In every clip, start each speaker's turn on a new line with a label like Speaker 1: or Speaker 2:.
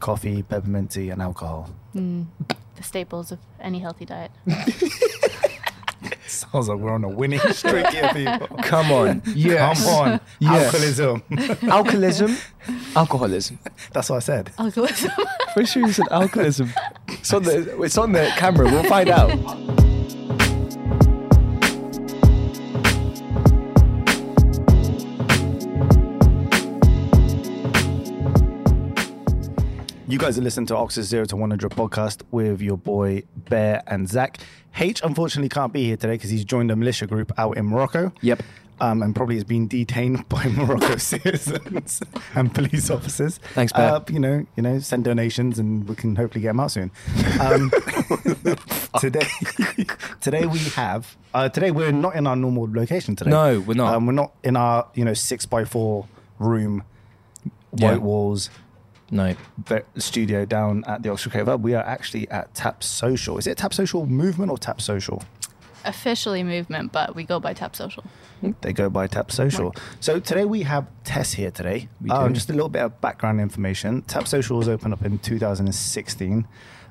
Speaker 1: coffee, peppermint tea, and alcohol.
Speaker 2: The staples of any healthy diet.
Speaker 1: Sounds like we're on a winning streak here, people.
Speaker 3: Come on.
Speaker 1: Come on,
Speaker 3: Yes.
Speaker 1: alcoholism.
Speaker 3: Alcoholism. Alcoholism.
Speaker 1: That's what I said.
Speaker 2: Alcoholism.
Speaker 3: Pretty sure you said alcoholism. It's on the it's on the camera. We'll find out.
Speaker 1: You guys are listening to Ox's Zero to 100 podcast with your boy Bear and Zach. H unfortunately can't be here today because he's joined a militia group out in Morocco.
Speaker 3: Yep.
Speaker 1: Um, and probably is being detained by Morocco citizens and police officers. Uh,
Speaker 3: Thanks, Bear.
Speaker 1: you know, you know, send donations and we can hopefully get him out soon. Um, today, today we have. Uh, today we're not in our normal location. Today,
Speaker 3: No, we're not.
Speaker 1: Um, we're not in our you know six by four room,
Speaker 3: Yeah.
Speaker 1: white walls,
Speaker 3: No.
Speaker 1: the studio down at the Oxford Creative Hub. We are actually at Tap Social. Is it Tap Social Movement or Tap Social?
Speaker 2: Officially movement, but we go by Tap Social.
Speaker 1: They go by Tap Social. So today we have Tess here today.
Speaker 3: We
Speaker 1: Um,
Speaker 3: do.
Speaker 1: just a little bit of background information. Tap Social was opened up in 2016.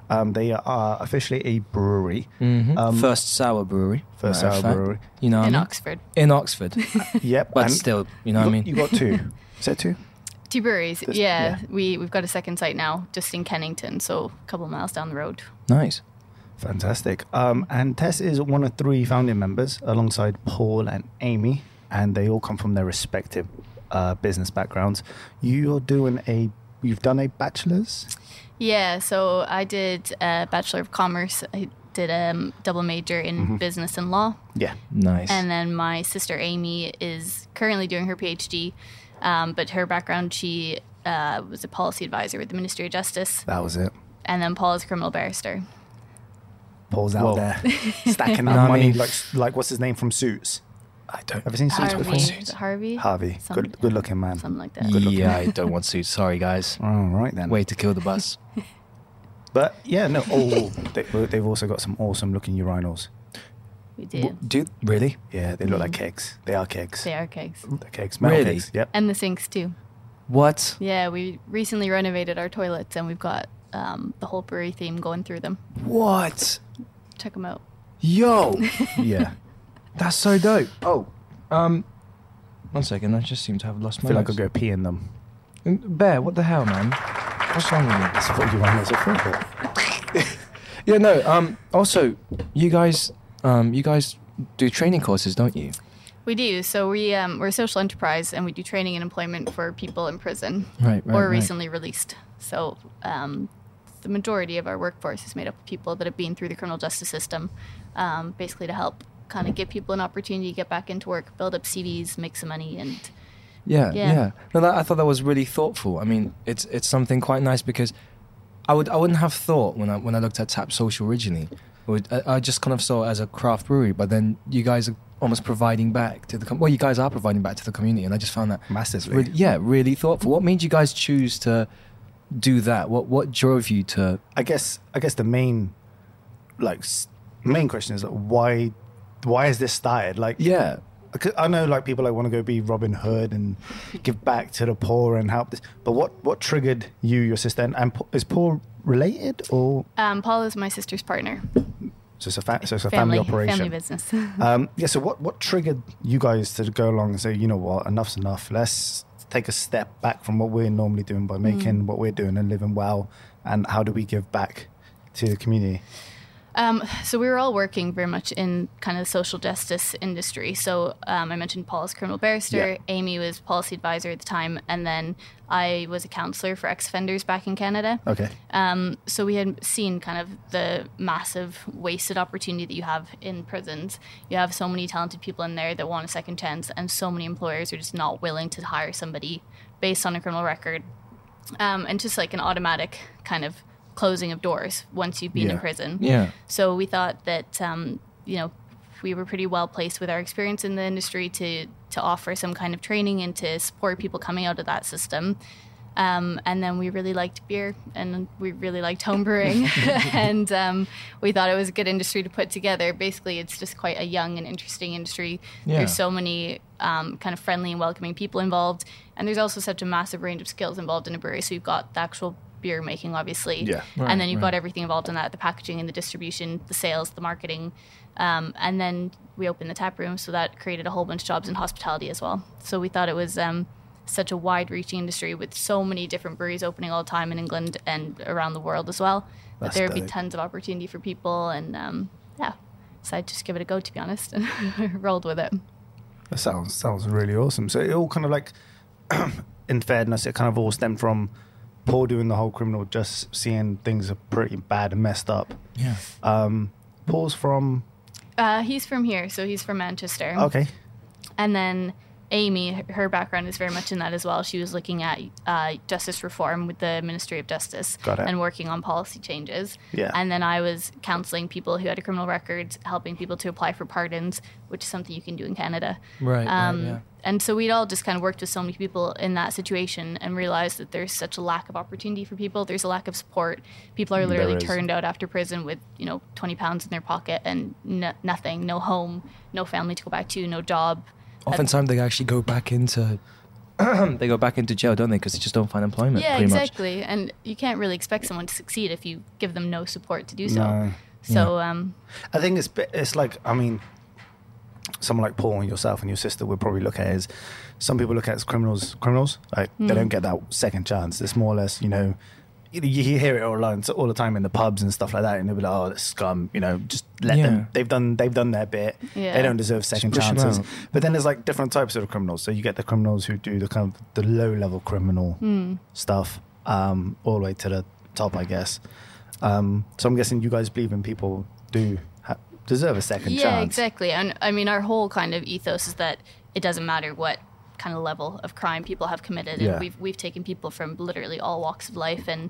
Speaker 1: Um, they are officially a brewery.
Speaker 3: Mm-hmm.
Speaker 1: Um,
Speaker 3: first sour brewery.
Speaker 1: First
Speaker 3: matter
Speaker 1: sour
Speaker 3: of fact.
Speaker 1: brewery.
Speaker 3: You know. what I
Speaker 2: in
Speaker 3: mean?
Speaker 2: Oxford.
Speaker 3: In Oxford.
Speaker 1: Yep.
Speaker 3: But
Speaker 1: and
Speaker 3: still, you
Speaker 1: you
Speaker 3: know what I
Speaker 1: got-
Speaker 3: mean.
Speaker 1: You got two. Is that two?
Speaker 2: Two breweries.
Speaker 1: This-
Speaker 2: yeah,
Speaker 1: yeah.
Speaker 2: We, we've got a second site now, just in Kennington, so a couple miles down the road.
Speaker 3: nice.
Speaker 1: Fantastic. Um, and Tess is one of three founding members alongside Paul and Amy, and they all come from their respective uh, business backgrounds. You're doing a, you've done a bachelor's.
Speaker 2: Yeah, so I did a Bachelor of Commerce. I did a um, double major in
Speaker 1: Mm-hmm.
Speaker 2: business and law.
Speaker 1: Yeah.
Speaker 3: Nice.
Speaker 2: And then my sister Amy is currently doing her PhD, um, but her background, she uh, was a policy advisor with the Ministry of Justice.
Speaker 1: That was it.
Speaker 2: And then Paul is a criminal barrister.
Speaker 1: Paul's out
Speaker 3: Whoa.
Speaker 1: there stacking
Speaker 3: Know
Speaker 1: up
Speaker 3: what I
Speaker 1: money
Speaker 3: mean?
Speaker 1: like like what's his name from Suits.
Speaker 3: I don't.
Speaker 1: Ever seen Suits
Speaker 2: Harvey.
Speaker 1: before?
Speaker 2: is it Harvey?
Speaker 1: Harvey,
Speaker 2: Some-
Speaker 1: good good looking man.
Speaker 2: Something like that.
Speaker 3: Yeah, I don't want suits. Sorry, guys.
Speaker 1: All right then.
Speaker 3: Way to kill the bus.
Speaker 1: but yeah, no. Oh, they, they've also got some awesome looking urinals.
Speaker 2: We do.
Speaker 3: Do really?
Speaker 1: Yeah, they look like kegs. They are kegs.
Speaker 2: Mm. They are kegs.
Speaker 1: They're kegs. Metal
Speaker 3: Really?
Speaker 1: kegs. Yep.
Speaker 2: And the sinks, too.
Speaker 3: What?
Speaker 2: Yeah, we recently renovated our toilets and we've got um, the whole brewery theme going through them.
Speaker 3: What?
Speaker 2: Check them out.
Speaker 3: Yo,
Speaker 1: yeah.
Speaker 3: that's so dope.
Speaker 1: Oh,
Speaker 3: Um, one second. I just seem to have lost
Speaker 1: I
Speaker 3: my.
Speaker 1: feel like I'll
Speaker 3: notes.
Speaker 1: go pee in them.
Speaker 3: Bear, what the hell, man? What's wrong with you?
Speaker 1: That's what urinals are for.
Speaker 3: Yeah, no. Um, also, you guys, um, you guys do training courses, don't you?
Speaker 2: We do. So we, um, we're a social enterprise and we do training and employment for people in prison
Speaker 3: Right, right,
Speaker 2: or
Speaker 3: right.
Speaker 2: recently released. So um, the majority of our workforce is made up of people that have been through the criminal justice system, um, basically to help kind of give people an opportunity to get back into work, build up CVs, make some money, and
Speaker 3: Yeah, yeah.
Speaker 2: Yeah.
Speaker 3: No, that, I thought that was really thoughtful. I mean, it's it's something quite nice because I would I wouldn't have thought when I when I looked at Tap Social originally, I, would, I, I just kind of saw it as a craft brewery. But then you guys are almost providing back to the com- well, you guys are providing back to the community, and I just found that
Speaker 1: Massively.
Speaker 3: really, yeah, really thoughtful. What made you guys choose to do that? What what drove you to?
Speaker 1: I guess I guess the main like s- main question is like, why why is this started? Like
Speaker 3: Yeah,
Speaker 1: Because I know like people like want to go be Robin Hood and give back to the poor and help this. But what what triggered you, your sister, and, and Pa- is Paul related or
Speaker 2: um, Paul is my sister's partner.
Speaker 1: so it's a, fa- so it's a family, operation?
Speaker 2: family business.
Speaker 1: Um, yeah. So what what triggered you guys to go along and say you know what enough's enough? Let's take a step back from what we're normally doing by making what we're doing and living well. And how do we give back to the community?
Speaker 2: Um, so we were all working very much in kind of the social justice industry. So um, I mentioned Paul as criminal barrister.
Speaker 1: Yeah.
Speaker 2: Amy was policy advisor at the time, and then I was a counselor for ex offenders back in Canada.
Speaker 1: Okay.
Speaker 2: Um, so we had seen kind of the massive wasted opportunity that you have in prisons. You have so many talented people in there that want a second chance, and so many employers are just not willing to hire somebody based on a criminal record. Um, and just like an automatic kind of closing of doors once you've been in
Speaker 1: Yeah.
Speaker 2: prison.
Speaker 3: yeah,
Speaker 2: So we thought that um, you know we were pretty well placed with our experience in the industry to to offer some kind of training and to support people coming out of that system. Um, and then we really liked beer and we really liked home brewing and um, we thought it was a good industry to put together basically it's just quite a young and interesting industry
Speaker 3: Yeah.
Speaker 2: there's so many um, kind of friendly and welcoming people involved and there's also such a massive range of skills involved in a brewery so you've got the actual beer making, obviously.
Speaker 1: Yeah.
Speaker 3: Right,
Speaker 2: and then you've
Speaker 3: right.
Speaker 2: got everything involved in that the packaging and the distribution, the sales, the marketing. Um, and then we opened the tap room. So that created a whole bunch of jobs in hospitality as well. So we thought it was um, such a wide reaching industry with so many different breweries opening all the time in England and around the world as well that
Speaker 1: That's
Speaker 2: there would be
Speaker 1: dope.
Speaker 2: tons of opportunity for people. And um, yeah, so I just give it a go, to be honest, and rolled with it.
Speaker 1: That sounds sounds really awesome. So it all kind of like, in fairness, it kind of all stemmed from Paul doing the whole criminal, just seeing things are pretty bad and messed up.
Speaker 3: Yeah.
Speaker 1: Um, Paul's from
Speaker 2: Uh, he's from here, so he's from Manchester.
Speaker 1: okay,
Speaker 2: And then Amy, her- her background is very much in that as well. She was looking at uh, justice reform with the Ministry of Justice
Speaker 1: Got it.
Speaker 2: and working on policy changes.
Speaker 1: Yeah.
Speaker 2: And then I was counseling people who had a criminal record, helping people to apply for pardons, which is something you can do in Canada.
Speaker 3: Right. right,
Speaker 2: Um,
Speaker 3: yeah.
Speaker 2: And so we'd all just kind of worked with so many people in that situation and realized that there's such a lack of opportunity for people. There's a lack of support. People are literally
Speaker 1: Mm, is.
Speaker 2: turned out after prison with, you know, 20 pounds in their pocket and no, nothing, no home, no family to go back to, no job.
Speaker 3: Oftentimes they actually go back into they go back into jail, don't they? Because they just don't find employment.
Speaker 2: Yeah,
Speaker 3: pretty
Speaker 2: exactly. And you can't really expect someone to succeed if you give them no support to do so.
Speaker 1: No.
Speaker 2: So, um,
Speaker 1: I think it's bit- it's like I mean, someone like Paul and yourself and your sister would probably look at it as some people look at it as criminals. Criminals like they
Speaker 3: Mm.
Speaker 1: don't get that second chance. It's more or less you know. You, you hear it all, alone, so- all the time in the pubs and stuff like that, and they'll be like, "Oh, this scum!" You know, just let
Speaker 3: Yeah.
Speaker 1: them. They've done. They've done their bit.
Speaker 2: Yeah.
Speaker 1: They don't deserve second
Speaker 3: push 'em
Speaker 1: chances.
Speaker 3: out.
Speaker 1: But then there's like different types of criminals. So you get the criminals who do the kind of the low level criminal
Speaker 3: Hmm.
Speaker 1: stuff, um, all the way to the top, I guess. Um, so I'm guessing you guys believe in people do ha- deserve a second
Speaker 2: yeah,
Speaker 1: chance.
Speaker 2: exactly. And I mean, our whole kind of ethos is that it doesn't matter what kind of level of crime people have committed.
Speaker 1: Yeah.
Speaker 2: And we've, we've taken people from literally all walks of life and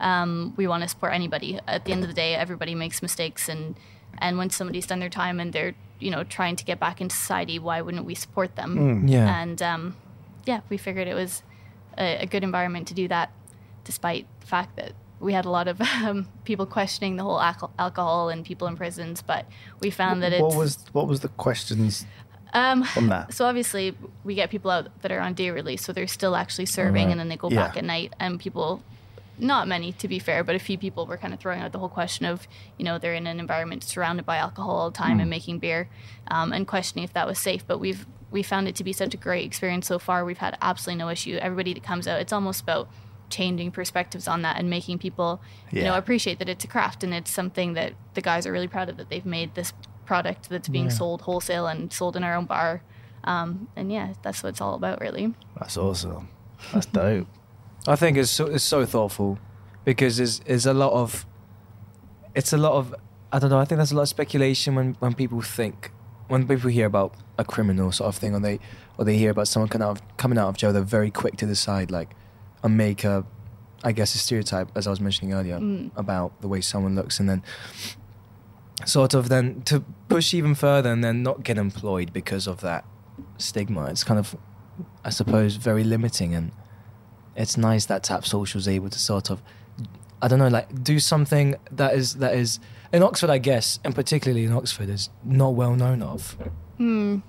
Speaker 2: um, we want to support anybody. At the end of the day, everybody makes mistakes. And, and when somebody's done their time and they're, you know, trying to get back into society, why wouldn't we support them?
Speaker 1: Hmm.
Speaker 3: Much. Yeah.
Speaker 2: And um, yeah, we figured it was a, a good environment to do that, despite the fact that we had a lot of um, people questioning the whole alco- alcohol and people in prisons. But we found that it's
Speaker 1: What was what was the questions
Speaker 2: um,
Speaker 1: on that?
Speaker 2: so obviously we get people out that are on day release, so they're still actually serving,
Speaker 1: Alright.
Speaker 2: and then they go
Speaker 1: Yeah.
Speaker 2: back at night, and people. Not many, to be fair, but a few people were kind of throwing out the whole question of, you know, they're in an environment surrounded by alcohol all the time and making beer, um, and questioning if that was safe. But we've we found it to be such a great experience so far. We've had absolutely no issue. Everybody that comes out, it's almost about changing perspectives on that and making people, you know,
Speaker 1: Yeah.
Speaker 2: appreciate that it's a craft and it's something that the guys are really proud of that they've made this product that's being sold wholesale and sold in our own bar. Um, and yeah, that's what it's all about, really.
Speaker 1: That's awesome. That's dope.
Speaker 3: I think it's so, it's so thoughtful because there's, there's a lot of it's a lot of I don't know I think there's a lot of speculation when, when people think when people hear about a criminal sort of thing or they or they hear about someone coming out of, coming out of jail they're very quick to decide like and make a I guess a stereotype as I was mentioning earlier
Speaker 2: Mm.
Speaker 3: about the way someone looks and then sort of then to push even further and then not get employed because of that stigma it's kind of I suppose very limiting and it's nice that Tap Social is able to sort of, I don't know, like do something that is that is in Oxford, I guess, and particularly in Oxford, is not well known of,
Speaker 2: Mm.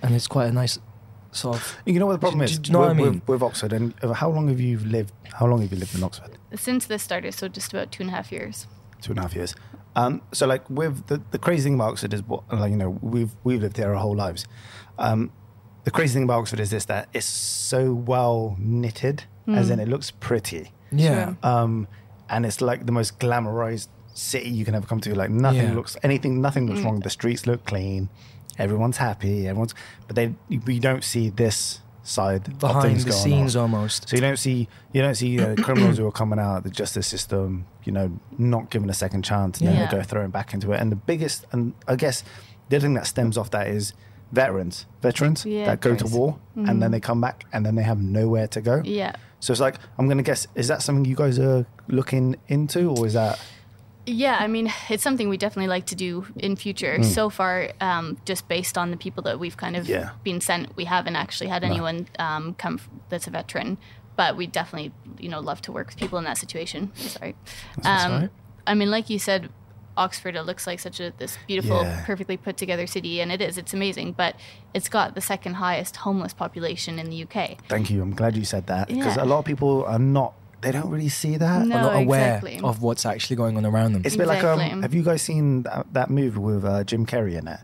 Speaker 3: and it's quite a nice sort of.
Speaker 1: You know what the problem
Speaker 3: Do-
Speaker 1: is?
Speaker 3: do you know what I
Speaker 1: with,
Speaker 3: mean?
Speaker 1: with, with Oxford and uh, how long have you lived? How long have you lived in Oxford?
Speaker 2: Since this started, so just about two and a half years.
Speaker 1: two and a half years. Um, so like with the, the crazy thing about Oxford is what like you know we've we've lived here our whole lives. Um, the crazy thing about Oxford is this that it's so well knitted,
Speaker 2: Mm.
Speaker 1: as in it looks pretty,
Speaker 3: Yeah.
Speaker 1: um, and it's like the most glamorized city you can ever come to. Like nothing
Speaker 3: Yeah.
Speaker 1: looks anything, nothing
Speaker 2: Mm.
Speaker 1: looks wrong. The streets look clean, everyone's happy, everyone's. But they we don't see this side of
Speaker 3: Behind
Speaker 1: things
Speaker 3: the
Speaker 1: going on.
Speaker 3: scenes, almost.
Speaker 1: So you don't see you don't see you know, criminals who are coming out of the justice system, you know, not given a second chance, and then
Speaker 2: Yeah.
Speaker 1: they go thrown back into it. And the biggest, and I guess the other thing that stems off that is veterans, veterans
Speaker 2: Yeah, Mm.
Speaker 1: that go
Speaker 3: crazy.
Speaker 1: to war and then they come back and then they have nowhere to go.
Speaker 2: Yeah.
Speaker 1: So it's like I'm going to guess is that something you guys are looking into, or is that
Speaker 2: Yeah, I mean, it's something we definitely like to do in future.
Speaker 1: Mm.
Speaker 2: So far, um, just based on the people that we've kind of
Speaker 1: Yeah.
Speaker 2: been sent, we haven't actually had anyone um, come f- that's a veteran. But we definitely, you know, love to work with people in that situation. Sorry. um,
Speaker 1: alright.
Speaker 2: I mean, like you said, Oxford. It looks like such a this beautiful,
Speaker 1: Yeah.
Speaker 2: perfectly put together city, and it is. It's amazing, but it's got the second highest homeless population in the UK.
Speaker 1: Thank you. I'm glad you said that because
Speaker 2: Yeah.
Speaker 1: a lot of people are not they don't really see that.
Speaker 2: No.
Speaker 3: are not aware
Speaker 2: Oh, exactly.
Speaker 3: of what's actually going on around them.
Speaker 1: It's a bit like um,
Speaker 2: Exactly.
Speaker 1: have you guys seen that, that movie with uh, Jim Carrey in it?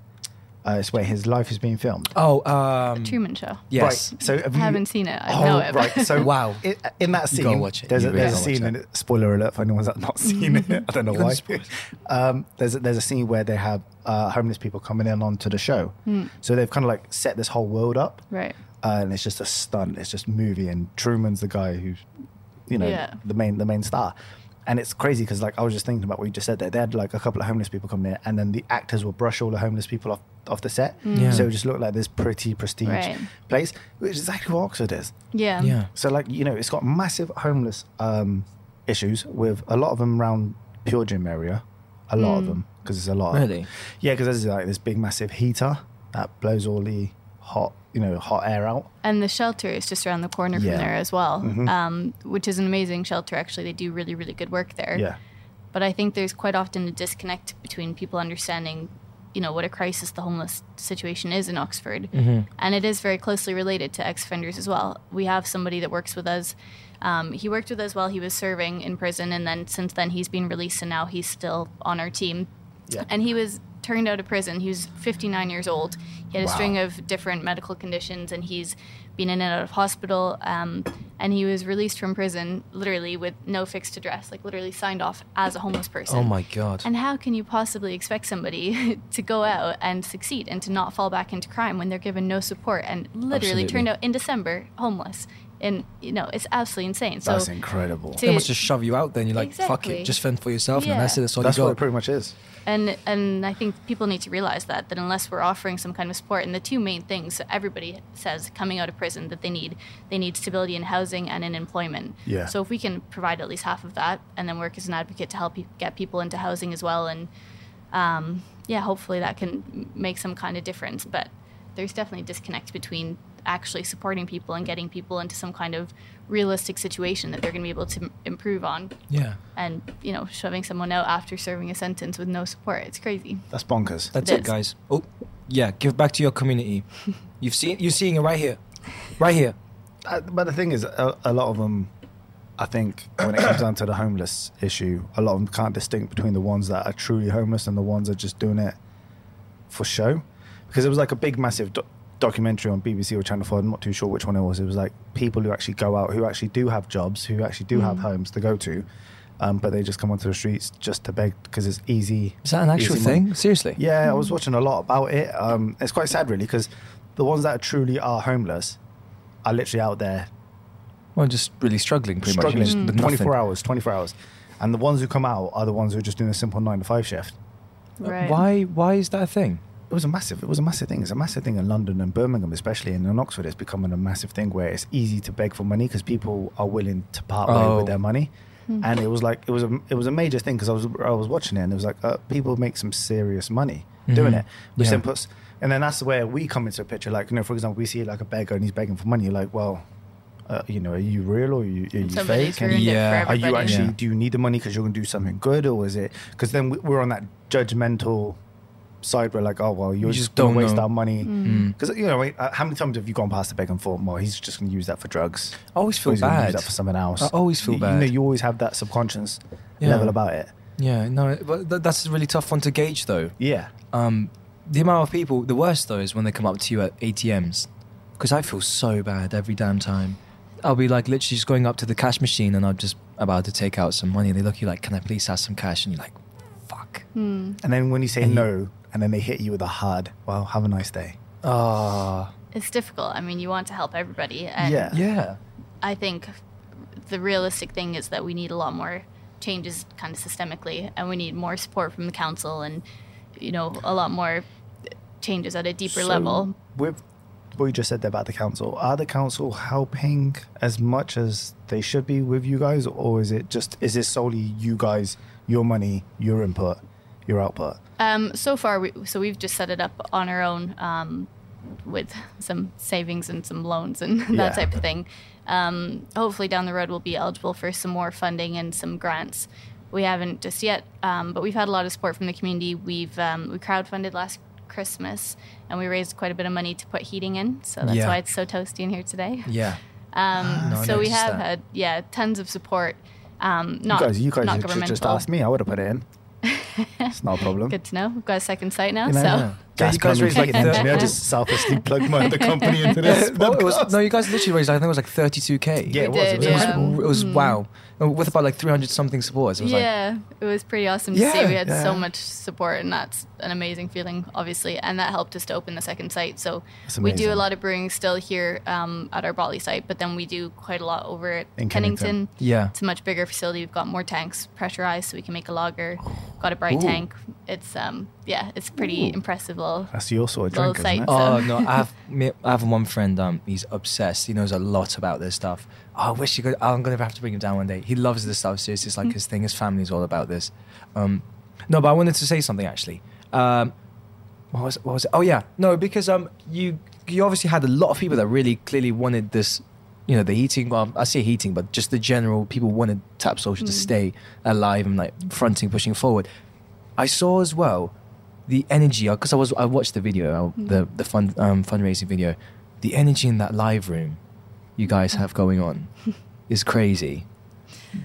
Speaker 1: Uh, it's where his life is being filmed.
Speaker 3: oh, um,
Speaker 2: Truman Show.
Speaker 3: yes.
Speaker 1: Right. So Mm. have you, Oh,
Speaker 2: Haven't seen it. I know it.
Speaker 1: Right. So
Speaker 3: Wow.
Speaker 1: i- in that
Speaker 3: You
Speaker 1: scene,
Speaker 3: go watch it.
Speaker 1: there's a,
Speaker 3: You really
Speaker 1: there's a
Speaker 3: gotta watch
Speaker 1: scene.
Speaker 3: it.
Speaker 1: In it, spoiler alert for anyone's that not seen it. I don't know
Speaker 3: Don't
Speaker 1: why.
Speaker 3: spoil it.
Speaker 1: Um, there's a, there's a scene where they have uh, homeless people coming in onto the show.
Speaker 2: Hmm.
Speaker 1: So they've kind of like set this whole world up,
Speaker 2: Right.
Speaker 1: uh, and it's just a stunt. It's just movie, and Truman's the guy who's, you know,
Speaker 2: Yeah.
Speaker 1: the main the main star. And it's crazy because like I was just thinking about what you just said there. They had like a couple of homeless people coming in, and then the actors will brush all the homeless people off off the set.
Speaker 3: Yeah.
Speaker 1: So it just looked like this pretty prestige
Speaker 2: Mm. Right.
Speaker 1: place, which is exactly what Oxford is.
Speaker 2: Yeah.
Speaker 3: Yeah.
Speaker 1: So, like, you know, it's got massive homeless um, issues with a lot of them around Pure Gym area. A lot of
Speaker 2: Mm.
Speaker 1: them, because there's a lot. Of,
Speaker 3: Really?
Speaker 1: yeah, because there's like this big, massive heater that blows all the hot, you know, hot air out.
Speaker 2: And the shelter is just around the corner
Speaker 1: Yeah.
Speaker 2: from there as well,
Speaker 1: Mhm.
Speaker 2: um, which is an amazing shelter. Actually, they do really, really good work there.
Speaker 1: Yeah.
Speaker 2: But I think there's quite often a disconnect between people understanding, you know, what a crisis the homeless situation is in Oxford.
Speaker 3: Mhm.
Speaker 2: And it is very closely related to ex offenders as well. We have somebody that works with us. Um, he worked with us while he was serving in prison, and then since then he's been released, and now he's still on our team.
Speaker 1: Yeah.
Speaker 2: And he was turned out of prison. He was 59 years old. He had a
Speaker 1: Wow.
Speaker 2: string of different medical conditions, and he's been in and out of hospital. Um, and he was released from prison literally with no fixed address, like literally signed off as a homeless person.
Speaker 3: Oh my god.
Speaker 2: And how can you possibly expect somebody to go out and succeed and to not fall back into crime when they're given no support and literally
Speaker 3: Absolutely.
Speaker 2: turned out in December homeless? And you know, it's absolutely insane. So
Speaker 1: That's incredible.
Speaker 2: to-
Speaker 3: they must just shove you out. Then you're like, fuck
Speaker 2: Exactly.
Speaker 3: it, just fend for yourself, and
Speaker 2: Yeah.
Speaker 3: that's it. That's all
Speaker 1: That's
Speaker 3: you
Speaker 1: what
Speaker 3: got.
Speaker 1: it pretty much is.
Speaker 2: and and I think people need to realize that that unless we're offering some kind of support and the two main things that everybody says coming out of prison that they need they need stability in housing and in employment.
Speaker 1: Yeah.
Speaker 2: So if we can provide at least half of that and then work as an advocate to help pe- get people into housing as well and um, yeah, hopefully that can m- make some kind of difference. But there's definitely a disconnect between actually supporting people and getting people into some kind of realistic situation that they're going to be able to m- improve on
Speaker 3: Yeah.
Speaker 2: and you know shoving someone out after serving a sentence with no support it's crazy
Speaker 1: That's bonkers.
Speaker 3: That's
Speaker 2: It
Speaker 3: it,
Speaker 2: is.
Speaker 3: guys. Oh, yeah. Give back to your community. You've seen. You're seeing it right here, right here.
Speaker 1: Uh, but the thing is, a, a lot of them, I think, when it comes down to the homeless issue, a lot of them can't distinct between the ones that are truly homeless and the ones that are just doing it for show. Because it was like a big, massive doc documentary on BBC or Channel 4, I'm not too sure which one it was. It was like people who actually go out, who actually do have jobs, who actually do
Speaker 3: Mm.
Speaker 1: have homes to go to, um, but they just come onto the streets just to beg because it's easy.
Speaker 3: Is that an actual
Speaker 1: easy money.
Speaker 3: thing? Seriously? Mm.
Speaker 1: Yeah, I was watching a lot about it. Um, it's quite sad, really, because the ones that truly are homeless are literally out there
Speaker 3: Well, just really struggling, Mm. pretty much.
Speaker 1: struggling
Speaker 3: Just with
Speaker 1: 24
Speaker 3: nothing.
Speaker 1: hours, 24 hours. And the ones who come out are the ones who are just doing a simple nine to five shift.
Speaker 2: right
Speaker 3: Why? Why is that a thing?
Speaker 1: It was a massive, it was a massive thing. It's a massive thing in London and Birmingham, especially, and in Oxford, it's becoming a massive thing where it's easy to beg for money because people are willing to part way
Speaker 3: Oh.
Speaker 1: with their money. And it was like it was a it was a major thing because I was I was watching it and it was like uh, people make some serious money doing
Speaker 3: Mhm.
Speaker 1: it, which
Speaker 3: Yeah.
Speaker 1: then puts and then that's where we come into a picture. Like you know, for example, we see like a beggar and he's begging for money. You're like, well, uh, you know, are you real or are you, are you
Speaker 2: somebody's
Speaker 1: fake? And-
Speaker 2: ruined
Speaker 3: Yeah.
Speaker 2: it for
Speaker 1: are you
Speaker 2: everybody
Speaker 1: actually
Speaker 3: Yeah.
Speaker 1: do you need the money because you're going to do something good or is it because then we- we're on that judgmental side where like oh well you're
Speaker 3: You
Speaker 1: just,
Speaker 3: just
Speaker 1: going
Speaker 3: don't
Speaker 1: to waste
Speaker 3: know.
Speaker 1: our money
Speaker 3: Mm.
Speaker 1: because you know I mean, uh, how many times have you gone past the beg and thought well he's just going to use that for drugs
Speaker 3: I always
Speaker 1: or
Speaker 3: feel
Speaker 1: he's going to use
Speaker 3: bad.
Speaker 1: that for something else
Speaker 3: I always feel
Speaker 1: you, you
Speaker 3: bad.
Speaker 1: know you always have that subconscious
Speaker 3: Yeah.
Speaker 1: level about it
Speaker 3: Yeah. No, but th- that's a really tough one to gauge, though.
Speaker 1: yeah
Speaker 3: Um, the amount of people. The worst though is when they come up to you at ATMs, because I feel so bad every damn time. I'll be like literally just going up to the cash machine and I'm just about to take out some money. They look at you like, "Can I please have some cash?" And you're like, "Fuck."
Speaker 2: Hmm.
Speaker 1: and then when you say
Speaker 3: And you-
Speaker 1: no and then they hit you with a hard well have a nice day
Speaker 3: Ah.
Speaker 2: it's difficult i mean you want to help everybody and
Speaker 1: Yeah.
Speaker 3: yeah.
Speaker 2: i think the realistic thing is that we need a lot more changes kind of systemically and we need more support from the council and you know a lot more changes at a deeper
Speaker 1: So,
Speaker 2: level
Speaker 1: With what you just said there about the council, are the council helping as much as they should be with you guys, or is it just is this solely you guys, your money, your input, your output?
Speaker 2: Um, so far, we, so we've just set it up on our own um, with some savings and some loans and that
Speaker 1: Yeah.
Speaker 2: type of thing. Um, hopefully, down the road, we'll be eligible for some more funding and some grants. We haven't just yet, um, but we've had a lot of support from the community. We've um, we crowdfunded last Christmas and we raised quite a bit of money to put heating in, so that's
Speaker 3: Yeah.
Speaker 2: why it's so toasty in here today.
Speaker 3: Yeah.
Speaker 2: Um,
Speaker 3: No, I
Speaker 2: so we
Speaker 3: noticed
Speaker 2: have
Speaker 3: that.
Speaker 2: had yeah tons of support. Um, not
Speaker 1: you guys, you guys
Speaker 2: not
Speaker 1: should ju-
Speaker 2: governmental.
Speaker 1: just asked me. I would have put it in. It's not a problem.
Speaker 2: Good to know. We've got a second site now,
Speaker 1: You know,
Speaker 2: so
Speaker 1: yeah.
Speaker 3: Yeah,
Speaker 1: Gas
Speaker 3: you guys
Speaker 1: plumbing
Speaker 3: raised like
Speaker 1: fucking engineer
Speaker 2: thirty-
Speaker 1: just selflessly plugged my the company into this.
Speaker 3: no, it was,
Speaker 1: podcast.
Speaker 3: no, you guys literally raised. I think it was like 32k.
Speaker 1: Yeah, it
Speaker 2: We
Speaker 1: was.
Speaker 2: did,
Speaker 1: it was
Speaker 2: yeah.
Speaker 1: incredible.
Speaker 3: It was
Speaker 2: Mm.
Speaker 3: wow. And With about like 300 something supporters. It was like,
Speaker 2: yeah, it was pretty awesome to
Speaker 3: Yeah,
Speaker 2: see. We had so
Speaker 1: yeah.
Speaker 2: much support, and that's an amazing feeling, obviously. And that helped us to open the second site. So
Speaker 1: That's
Speaker 2: we do a
Speaker 1: amazing.
Speaker 2: lot of brewing still here um, at our Bali site, but then we do quite a lot over at
Speaker 1: In Kennington.
Speaker 2: Kennington.
Speaker 3: Yeah.
Speaker 2: It's a much bigger facility. We've got more tanks pressurized, so we can make a lager. Got a bright
Speaker 3: Ooh.
Speaker 2: tank. It's um yeah, it's pretty impressive little.
Speaker 1: That's your sort of
Speaker 2: Little
Speaker 1: drink, isn't it?
Speaker 2: sites.
Speaker 3: Oh
Speaker 2: So-
Speaker 3: no, I have me, I have one friend. Um, he's obsessed. He knows a lot about this stuff. Oh, I wish you could. I'm gonna have to bring him down one day. He loves this stuff. Seriously, it's like his thing. His family's all about this. Um, no, but I wanted to say something actually. Um, what was what was it? Oh yeah, no, because um, you you obviously had a lot of people that really clearly wanted this. You know, the heating. Well, I say heating, but just the general people wanted Tap Social to stay alive and like fronting, pushing forward. I saw as well the energy because I was I watched the video, uh, the the fund um, fundraising video. The energy in that live room you guys have going on is crazy.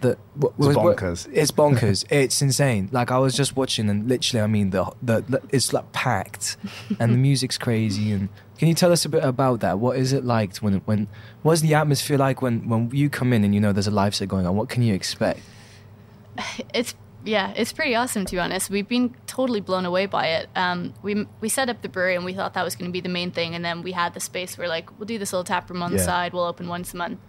Speaker 3: The, wh-
Speaker 1: It's
Speaker 3: wh- wh-
Speaker 1: bonkers.
Speaker 3: It's bonkers. it's insane. Like I was just watching, and literally, I mean, the the, the it's like packed, and the music's crazy. And can you tell us a bit about that? What is it like when when what's the atmosphere like when when you come in and you know there's a live set going on? What can you expect?
Speaker 2: It's yeah, it's pretty awesome to be honest. We've been totally blown away by it. Um, we we set up the brewery and we thought that was going to be the main thing, and then we had the space where like we'll do this little tap room on the
Speaker 1: Yeah.
Speaker 2: side. We'll open once a month.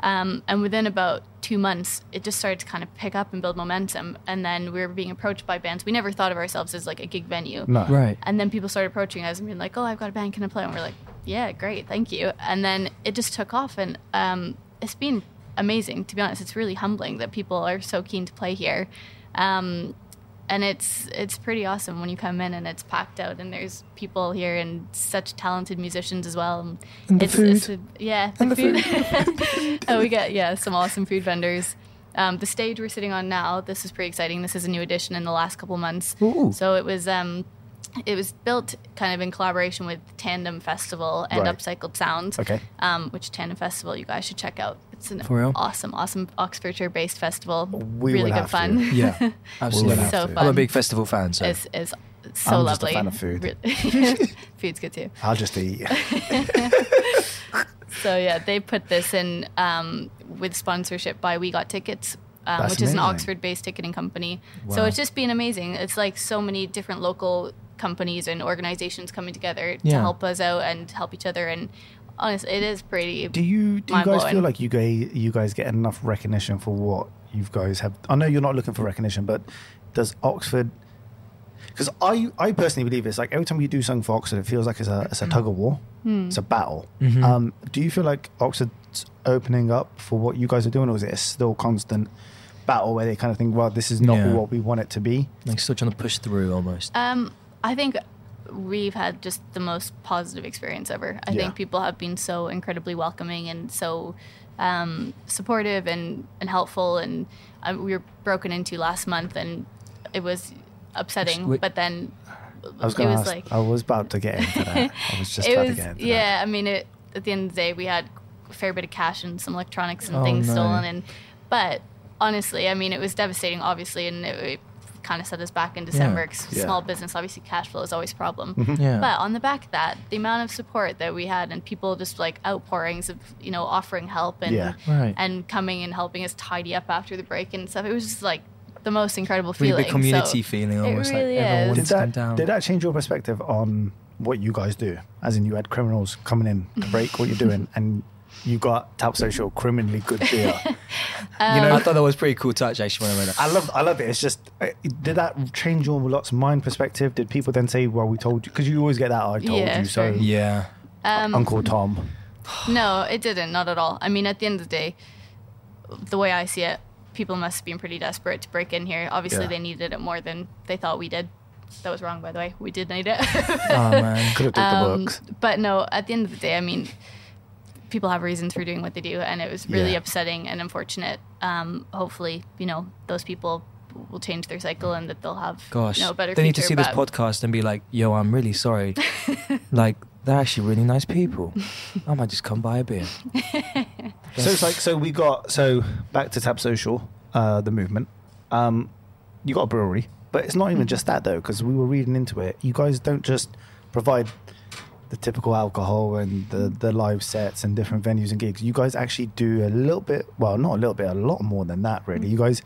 Speaker 2: Um, and within about two months, it just started to kind of pick up and build momentum. And then we were being approached by bands. We never thought of ourselves as like a gig venue.
Speaker 1: No.
Speaker 2: And then people started approaching us and being like, "Oh, I've got a band, can I play?" And we're like, "Yeah, great, thank you." And then it just took off, and um, it's been amazing. To be honest, it's really humbling that people are so keen to play here, um, and it's it's pretty awesome when you come in and it's packed out, and there's people here and such talented musicians as well. And,
Speaker 3: And the
Speaker 2: it's, it's
Speaker 3: food.
Speaker 2: a- yeah,
Speaker 3: And the food.
Speaker 2: oh, we got yeah some awesome food vendors. Um, the stage we're sitting on now, this is pretty exciting. This is a new addition in the last couple months.
Speaker 3: Ooh.
Speaker 2: So it was um, it was built kind of in collaboration with Tandem Festival and
Speaker 1: Right.
Speaker 2: Upcycled Sounds.
Speaker 1: Okay.
Speaker 2: Um, which Tandem Festival you guys should check out. It's an
Speaker 3: For real?
Speaker 2: awesome, awesome Oxfordshire-based festival.
Speaker 1: We will
Speaker 2: really
Speaker 1: have
Speaker 2: good
Speaker 1: to.
Speaker 2: fun.
Speaker 3: Yeah, absolutely.
Speaker 1: have
Speaker 2: so
Speaker 1: to.
Speaker 2: fun.
Speaker 3: I'm a big festival fan, so
Speaker 2: It's, it's so
Speaker 1: I'm just a
Speaker 2: lovely.
Speaker 1: fan of food.
Speaker 2: Re- Food's good too.
Speaker 1: I'll just eat.
Speaker 2: So yeah, they put this in um, with sponsorship by We Got Tickets, um,
Speaker 1: That's
Speaker 2: which is an
Speaker 1: amazing.
Speaker 2: Oxford-based ticketing company. So
Speaker 3: Wow.
Speaker 2: it's just been amazing. It's like so many different local companies and organizations coming together
Speaker 3: Yeah.
Speaker 2: to help us out and help each other. And honestly, it is pretty.
Speaker 1: Do you do you guys
Speaker 2: Mind-blowing.
Speaker 1: feel like you guys you guys get enough recognition for what you guys have? I know you're not looking for recognition, but does Oxford? Because I I personally believe it's like every time you do something for Oxford, it feels like it's a it's a tug of war,
Speaker 2: Hmm.
Speaker 1: it's a battle. Um, do you feel like Oxford's opening up for what you guys are doing, or is it a still constant battle where they kind of think, well, this is not
Speaker 3: Yeah.
Speaker 1: what we want it to be?
Speaker 3: like still trying to push through almost.
Speaker 2: Um, I think we've had just the most positive experience ever. I
Speaker 1: Yeah.
Speaker 2: think people have been so incredibly welcoming and so um, supportive and, and helpful. And um, we were broken into last month, and it was upsetting.
Speaker 3: Wait.
Speaker 2: but then
Speaker 1: I was
Speaker 2: it
Speaker 1: going to
Speaker 2: was
Speaker 1: ask.
Speaker 2: like
Speaker 1: I was about to get into that. I was just
Speaker 2: it
Speaker 1: about
Speaker 2: was
Speaker 1: to get into that.
Speaker 2: yeah. I mean, it, at the end of the day, we had a fair bit of cash and some electronics and
Speaker 3: Oh,
Speaker 2: things
Speaker 3: no.
Speaker 2: stolen. And but honestly, I mean, it was devastating, obviously, and it, it kind of set us back in December. 'cause
Speaker 1: Yeah. Mm-hmm.
Speaker 2: Small business, obviously, cash flow is always a problem.
Speaker 3: Yeah.
Speaker 2: But on the back of that, the amount of support that we had and people just like outpourings of you know offering help and
Speaker 1: Yeah.
Speaker 3: Right.
Speaker 2: and coming and helping us tidy up after the break and stuff. It was just like the most incredible
Speaker 3: really
Speaker 2: feeling.
Speaker 3: big community
Speaker 2: so,
Speaker 3: feeling almost
Speaker 2: really
Speaker 3: like
Speaker 2: is.
Speaker 3: everyone
Speaker 1: did
Speaker 3: wants to come
Speaker 1: that,
Speaker 3: down.
Speaker 1: did that change your perspective on what you guys do? As in, you had criminals coming in to break what you're doing, and you got Tap Social criminally good beer.
Speaker 2: Um,
Speaker 1: you know,
Speaker 3: I thought that was pretty cool touch actually when I read that.
Speaker 1: I love, I love it. It's just, uh, did that change your lot's mind perspective? Did people then say, "Well, we told you"? Because you always get that, "I told
Speaker 2: Yeah,
Speaker 1: you so."
Speaker 2: sure.
Speaker 3: Yeah.
Speaker 1: Uncle Tom.
Speaker 2: No, it didn't. Not at all. I mean, at the end of the day, the way I see it, people must have been pretty desperate to break in here. Obviously,
Speaker 1: Yeah.
Speaker 2: they needed it more than they thought we did. That was wrong, by the way. We did need it.
Speaker 3: Oh man.
Speaker 1: Could have took the
Speaker 2: Um,
Speaker 1: works.
Speaker 2: but no, at the end of the day, I mean, people have reasons for doing what they do, and it was really
Speaker 1: Yeah.
Speaker 2: upsetting and unfortunate. Um, hopefully, you know, those people will change their cycle and that they'll have
Speaker 3: Gosh.
Speaker 2: you know, a better
Speaker 3: they need to
Speaker 2: future,
Speaker 3: see this
Speaker 2: but-
Speaker 3: podcast and be like, yo, I'm really sorry. like, they're actually really nice people. I might just come buy a beer.
Speaker 1: So it's like so we got so back to Tap Social, uh, the movement. Um, you got a brewery, but it's not even
Speaker 3: Mm.
Speaker 1: just that though, because we were reading into it. You guys don't just provide the typical alcohol and the the live sets and different venues and gigs. You guys actually do a little bit, well, not a little bit, a lot more than that,
Speaker 3: Mm.
Speaker 1: really. You guys,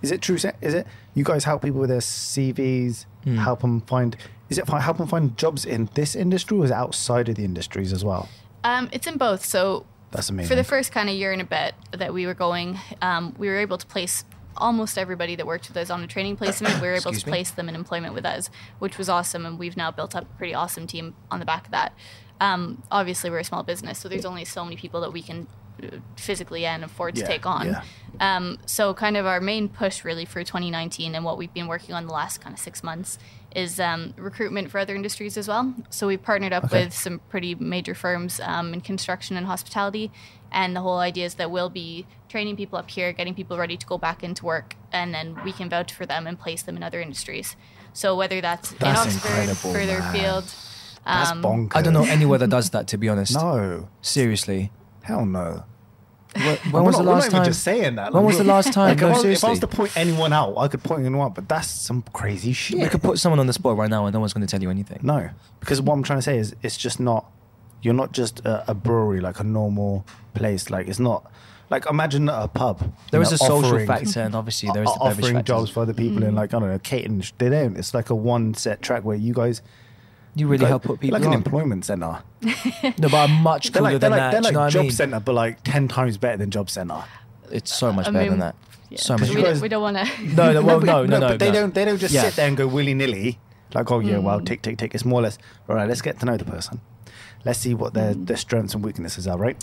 Speaker 1: is it true? Sa- Is it you guys help people with their CVs,
Speaker 3: Mm.
Speaker 1: help them find? Is it fi- help them find jobs in this industry or is it outside of the industries as well?
Speaker 2: Um, it's in both. So
Speaker 1: That's amazing.
Speaker 2: for the first kind of year and a bit that we were going, um, we were able to place almost everybody that worked with us on a training placement. We were able
Speaker 3: Excuse
Speaker 2: to
Speaker 3: me.
Speaker 2: place them in employment with us, which was awesome. And we've now built up a pretty awesome team on the back of that. Um, obviously, we're a small business, so there's only so many people that we can uh, physically and afford to
Speaker 1: Yeah,
Speaker 2: take on.
Speaker 1: yeah.
Speaker 2: Um, so, kind of our main push really for 2019 and what we've been working on the last kind of six months is um, recruitment for other industries as well. So, we've partnered up
Speaker 1: Okay.
Speaker 2: with some pretty major firms um, in construction and hospitality. And the whole idea is that we'll be training people up here, getting people ready to go back into work, and then we can vouch for them and place them in other industries. So, whether that's,
Speaker 3: That's
Speaker 2: in Oxford,
Speaker 3: incredible,
Speaker 2: further
Speaker 1: man.
Speaker 2: afield,
Speaker 1: That's
Speaker 2: um,
Speaker 1: bonkers.
Speaker 3: I don't know anywhere that does that. To be honest,
Speaker 1: No,
Speaker 3: seriously.
Speaker 1: hell no.
Speaker 3: When,
Speaker 1: We're
Speaker 3: when
Speaker 1: not-
Speaker 3: was the
Speaker 1: we're not
Speaker 3: last
Speaker 1: even
Speaker 3: time?
Speaker 1: Just saying that.
Speaker 3: When
Speaker 1: like,
Speaker 3: was the
Speaker 1: look,
Speaker 3: last time?
Speaker 1: like,
Speaker 3: No,
Speaker 1: if, I was, if I
Speaker 3: seriously.
Speaker 1: was to point anyone out, I could point anyone out, but that's some crazy shit.
Speaker 3: We could put someone on the spot right now, and no one's going to tell you anything.
Speaker 1: No, because what I'm trying to say is, it's just not. You're not just a, a brewery like a normal place. Like it's not. Like imagine a pub.
Speaker 3: There
Speaker 1: you
Speaker 3: is
Speaker 1: know,
Speaker 3: a social
Speaker 1: offering-
Speaker 3: factor, and obviously there is the
Speaker 1: o-
Speaker 3: beverage
Speaker 1: offering
Speaker 3: factor. Mm.
Speaker 1: jobs for other people in like I don't know catering. They don't. It's like a one set track where you guys
Speaker 3: You really
Speaker 1: like,
Speaker 3: help put people
Speaker 1: like an
Speaker 3: on.
Speaker 1: employment center.
Speaker 3: No, but I'm much
Speaker 1: They're
Speaker 3: cooler
Speaker 1: like they're
Speaker 3: than
Speaker 1: like, they're
Speaker 3: that. do
Speaker 1: like
Speaker 3: you know what
Speaker 1: job
Speaker 3: I mean?
Speaker 1: center, but like ten times better than job center.
Speaker 3: It's so much
Speaker 2: I
Speaker 3: better
Speaker 2: mean,
Speaker 3: than that.
Speaker 2: yeah,
Speaker 3: So much.
Speaker 1: you
Speaker 2: we,
Speaker 3: better.
Speaker 1: guys-
Speaker 2: don't, we don't want to.
Speaker 3: No, no, well,
Speaker 1: but-
Speaker 3: no, no, no.
Speaker 1: But they
Speaker 3: no. Hmm.
Speaker 1: don't. They don't just
Speaker 3: Yeah.
Speaker 1: sit there and go willy nilly. Like, oh yeah, well, tick, tick, tick. It's more or less. All right, let's get to know the person. Let's see what their,
Speaker 3: Hmm.
Speaker 1: their strengths and weaknesses are. Right.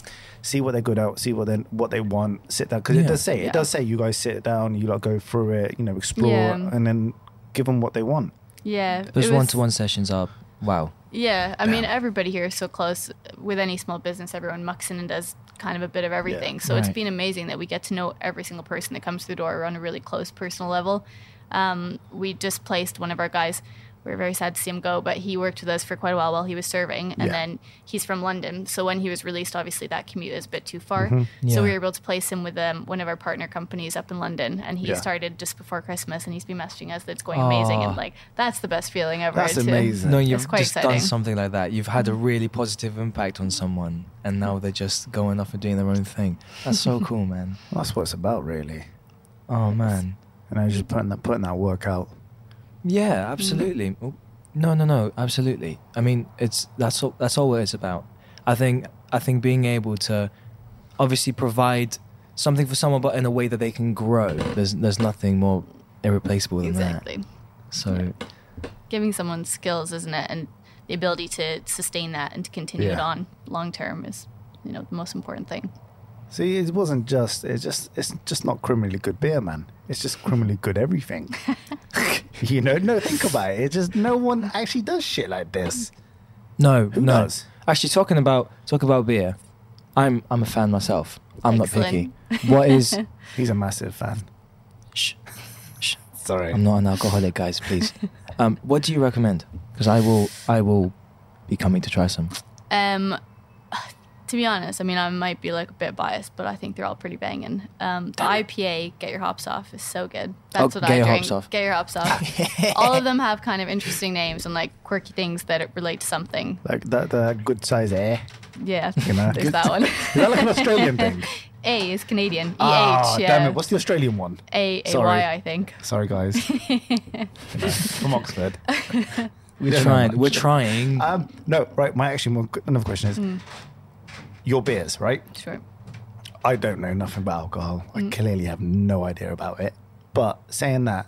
Speaker 1: See what they're good at. See what they what they want. Sit down because it
Speaker 3: Yeah.
Speaker 1: does say
Speaker 2: Yeah.
Speaker 1: it does say you guys sit down. You like go through it. You know, explore
Speaker 2: Yeah.
Speaker 1: and then give them what they want.
Speaker 2: yeah. it
Speaker 3: Those
Speaker 2: was-
Speaker 3: one-to-one sessions are wow.
Speaker 2: Yeah, I mean,
Speaker 1: Damn.
Speaker 2: everybody here is so close. With any small business, everyone mucks in and does kind of a bit of everything. so it's
Speaker 3: Right.
Speaker 2: been amazing that we get to know every single person that comes through the door on a really close personal level. Um, we just placed one of our guys. We are very sad to see him go, but he worked with us for quite a while while he was serving, and
Speaker 1: Yeah.
Speaker 2: then he's from London. So when he was released, obviously that commute is a bit too far.
Speaker 3: Yeah.
Speaker 2: So we were able to place him with um, one of our partner companies up in London, and he
Speaker 1: Yeah.
Speaker 2: started just before Christmas, and he's been messaging us that it's going amazing,
Speaker 3: Aw.
Speaker 2: and like that's the best feeling ever.
Speaker 1: That's
Speaker 2: to-
Speaker 1: amazing.
Speaker 3: No,
Speaker 1: It's
Speaker 3: you've
Speaker 2: quite
Speaker 3: just done
Speaker 2: exciting.
Speaker 3: something like that. You've had a really positive impact on someone, and now they're just going off and doing their own thing. That's so cool, man.
Speaker 1: That's what it's about, really.
Speaker 3: Oh man.
Speaker 1: And I was just putting that putting that work out.
Speaker 2: Mm.
Speaker 3: Yeah, absolutely. Oh, No, no, no, absolutely. I mean, it's that's all that's all it's about. I think I think being able to obviously provide something for someone, but in a way that they can grow. There's there's nothing more irreplaceable than
Speaker 2: Exactly.
Speaker 3: that. So
Speaker 2: Giving someone skills, isn't it? And the ability to sustain that and to continue it
Speaker 1: Yeah.
Speaker 2: on long term is, you know, the most important thing.
Speaker 1: See, it wasn't just. It's just. It's just not criminally good beer, man. It's just criminally good everything. you know. No, think about it. It's just no one actually does shit like this.
Speaker 3: no,
Speaker 1: Who
Speaker 3: no.
Speaker 1: knows?
Speaker 3: Actually, talking about talk about beer, I'm I'm a fan myself. I'm
Speaker 2: Excellent.
Speaker 3: not picky. What is?
Speaker 1: He's a massive fan.
Speaker 3: shh, shh.
Speaker 1: Sorry,
Speaker 3: I'm not an alcoholic, guys. Please. Um, what do you recommend? Because I will I will be coming to try some.
Speaker 2: Um, to be honest, I mean, I might be like a bit biased, but I think they're all pretty banging. Um, the IPA, get your hops off, is so good. That's
Speaker 3: Oh,
Speaker 2: what
Speaker 3: Get
Speaker 2: I
Speaker 3: Your
Speaker 2: drink.
Speaker 3: Hops Off.
Speaker 2: Get your hops off. all of them have kind of interesting names and like quirky things that relate to something.
Speaker 1: Like that. that good size air.
Speaker 2: Yeah,
Speaker 1: You know,
Speaker 2: there's that one.
Speaker 1: Is that like an Australian thing?
Speaker 2: A is Canadian. E H.
Speaker 1: Ah,
Speaker 2: yeah.
Speaker 1: damn it! What's the Australian one?
Speaker 2: A A
Speaker 1: Sorry.
Speaker 2: Y, I think.
Speaker 1: Sorry, guys. You know, from Oxford. We don't
Speaker 3: We're
Speaker 1: know
Speaker 3: trying. We're
Speaker 1: much.
Speaker 3: trying.
Speaker 1: Um, no, right. My actually more, another question is
Speaker 2: Hmm.
Speaker 1: your beers, right?
Speaker 2: Sure.
Speaker 1: I don't know nothing about alcohol.
Speaker 2: Mm.
Speaker 1: I clearly have no idea about it. But saying that,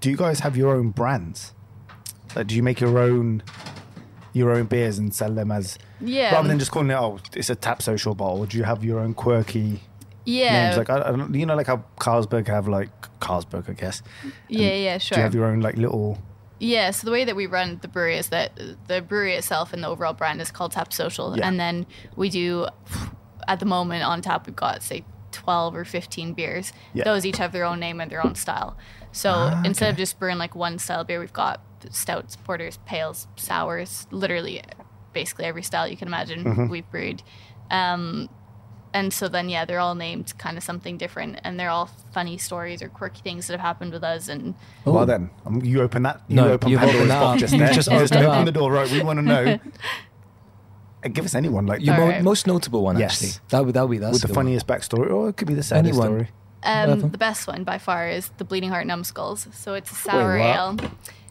Speaker 1: do you guys have your own brands? Like, do you make your own your own beers and sell them as
Speaker 2: Yeah.
Speaker 1: rather than just calling it oh it's a tap social bottle? Do you have your own quirky
Speaker 2: Yeah.
Speaker 1: names? Like I, I don't, you know, like how Carlsberg have like Carlsberg, I guess.
Speaker 2: Yeah, yeah, sure.
Speaker 1: Do you have your own like little?
Speaker 2: yeah, so the way that we run the brewery is that uh, the brewery itself and the overall brand is called Tap Social.
Speaker 1: Yeah.
Speaker 2: And then we do, at the moment on tap, we've got, say, 12 or 15 beers.
Speaker 1: Yeah. Ah,
Speaker 2: Those each have their own name and their own style. So instead of just brewing like one style beer, we've got stouts, porters, pales,
Speaker 1: Mm-hmm.
Speaker 2: sours, literally basically every style you can imagine we've brewed. Um, and so then yeah, they're all named kind of something different, and they're all funny stories or quirky things that have happened with us. And
Speaker 3: Oh,
Speaker 1: Well then, um, you open that. You
Speaker 3: No,
Speaker 1: open
Speaker 3: you've opened
Speaker 1: Pandora's
Speaker 3: that
Speaker 1: box
Speaker 3: up.
Speaker 1: just
Speaker 3: You've
Speaker 1: there.
Speaker 3: just
Speaker 1: open
Speaker 3: opened it up.
Speaker 1: the door, right? We want to know. Uh, give us anyone like
Speaker 3: Your
Speaker 2: All
Speaker 3: mo-
Speaker 2: right.
Speaker 3: most notable one,
Speaker 1: Yes.
Speaker 3: actually. That would that would be that's
Speaker 1: with the
Speaker 3: one.
Speaker 1: funniest backstory, or it could be the saddest
Speaker 3: Anyone.
Speaker 1: story.
Speaker 2: um,
Speaker 3: Nothing.
Speaker 2: the best one by far is the Bleeding Heart Numbskulls. So it's a sour
Speaker 1: Wait, what?
Speaker 2: ale.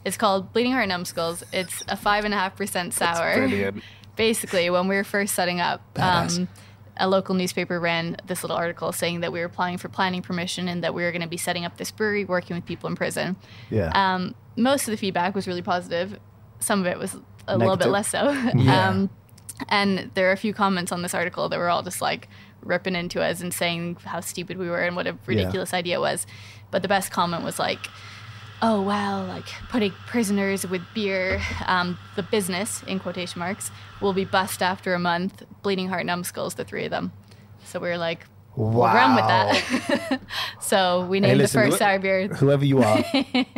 Speaker 2: It's called Bleeding Heart Numbskulls. It's a five and a half percent sour. basically when we were first setting up
Speaker 3: Badass.
Speaker 2: um, a local newspaper ran this little article saying that we were applying for planning permission and that we were going to be setting up this brewery working with people in prison
Speaker 1: Yeah.
Speaker 2: um, most of the feedback was really positive some of it was a little bit
Speaker 1: Negative.
Speaker 2: less so
Speaker 3: Yeah.
Speaker 2: um, and there are a few comments on this article that were all just like ripping into us and saying how stupid we were and what a ridiculous idea it was but the best comment was like oh wow like putting prisoners with beer um, the business in quotation marks will be bust after a month bleeding heart numbskulls the three of them so we were like we'll run with that so we
Speaker 1: Hey,
Speaker 2: named
Speaker 1: listen,
Speaker 2: the first
Speaker 1: wh-
Speaker 2: sour beer
Speaker 1: Whoever you are,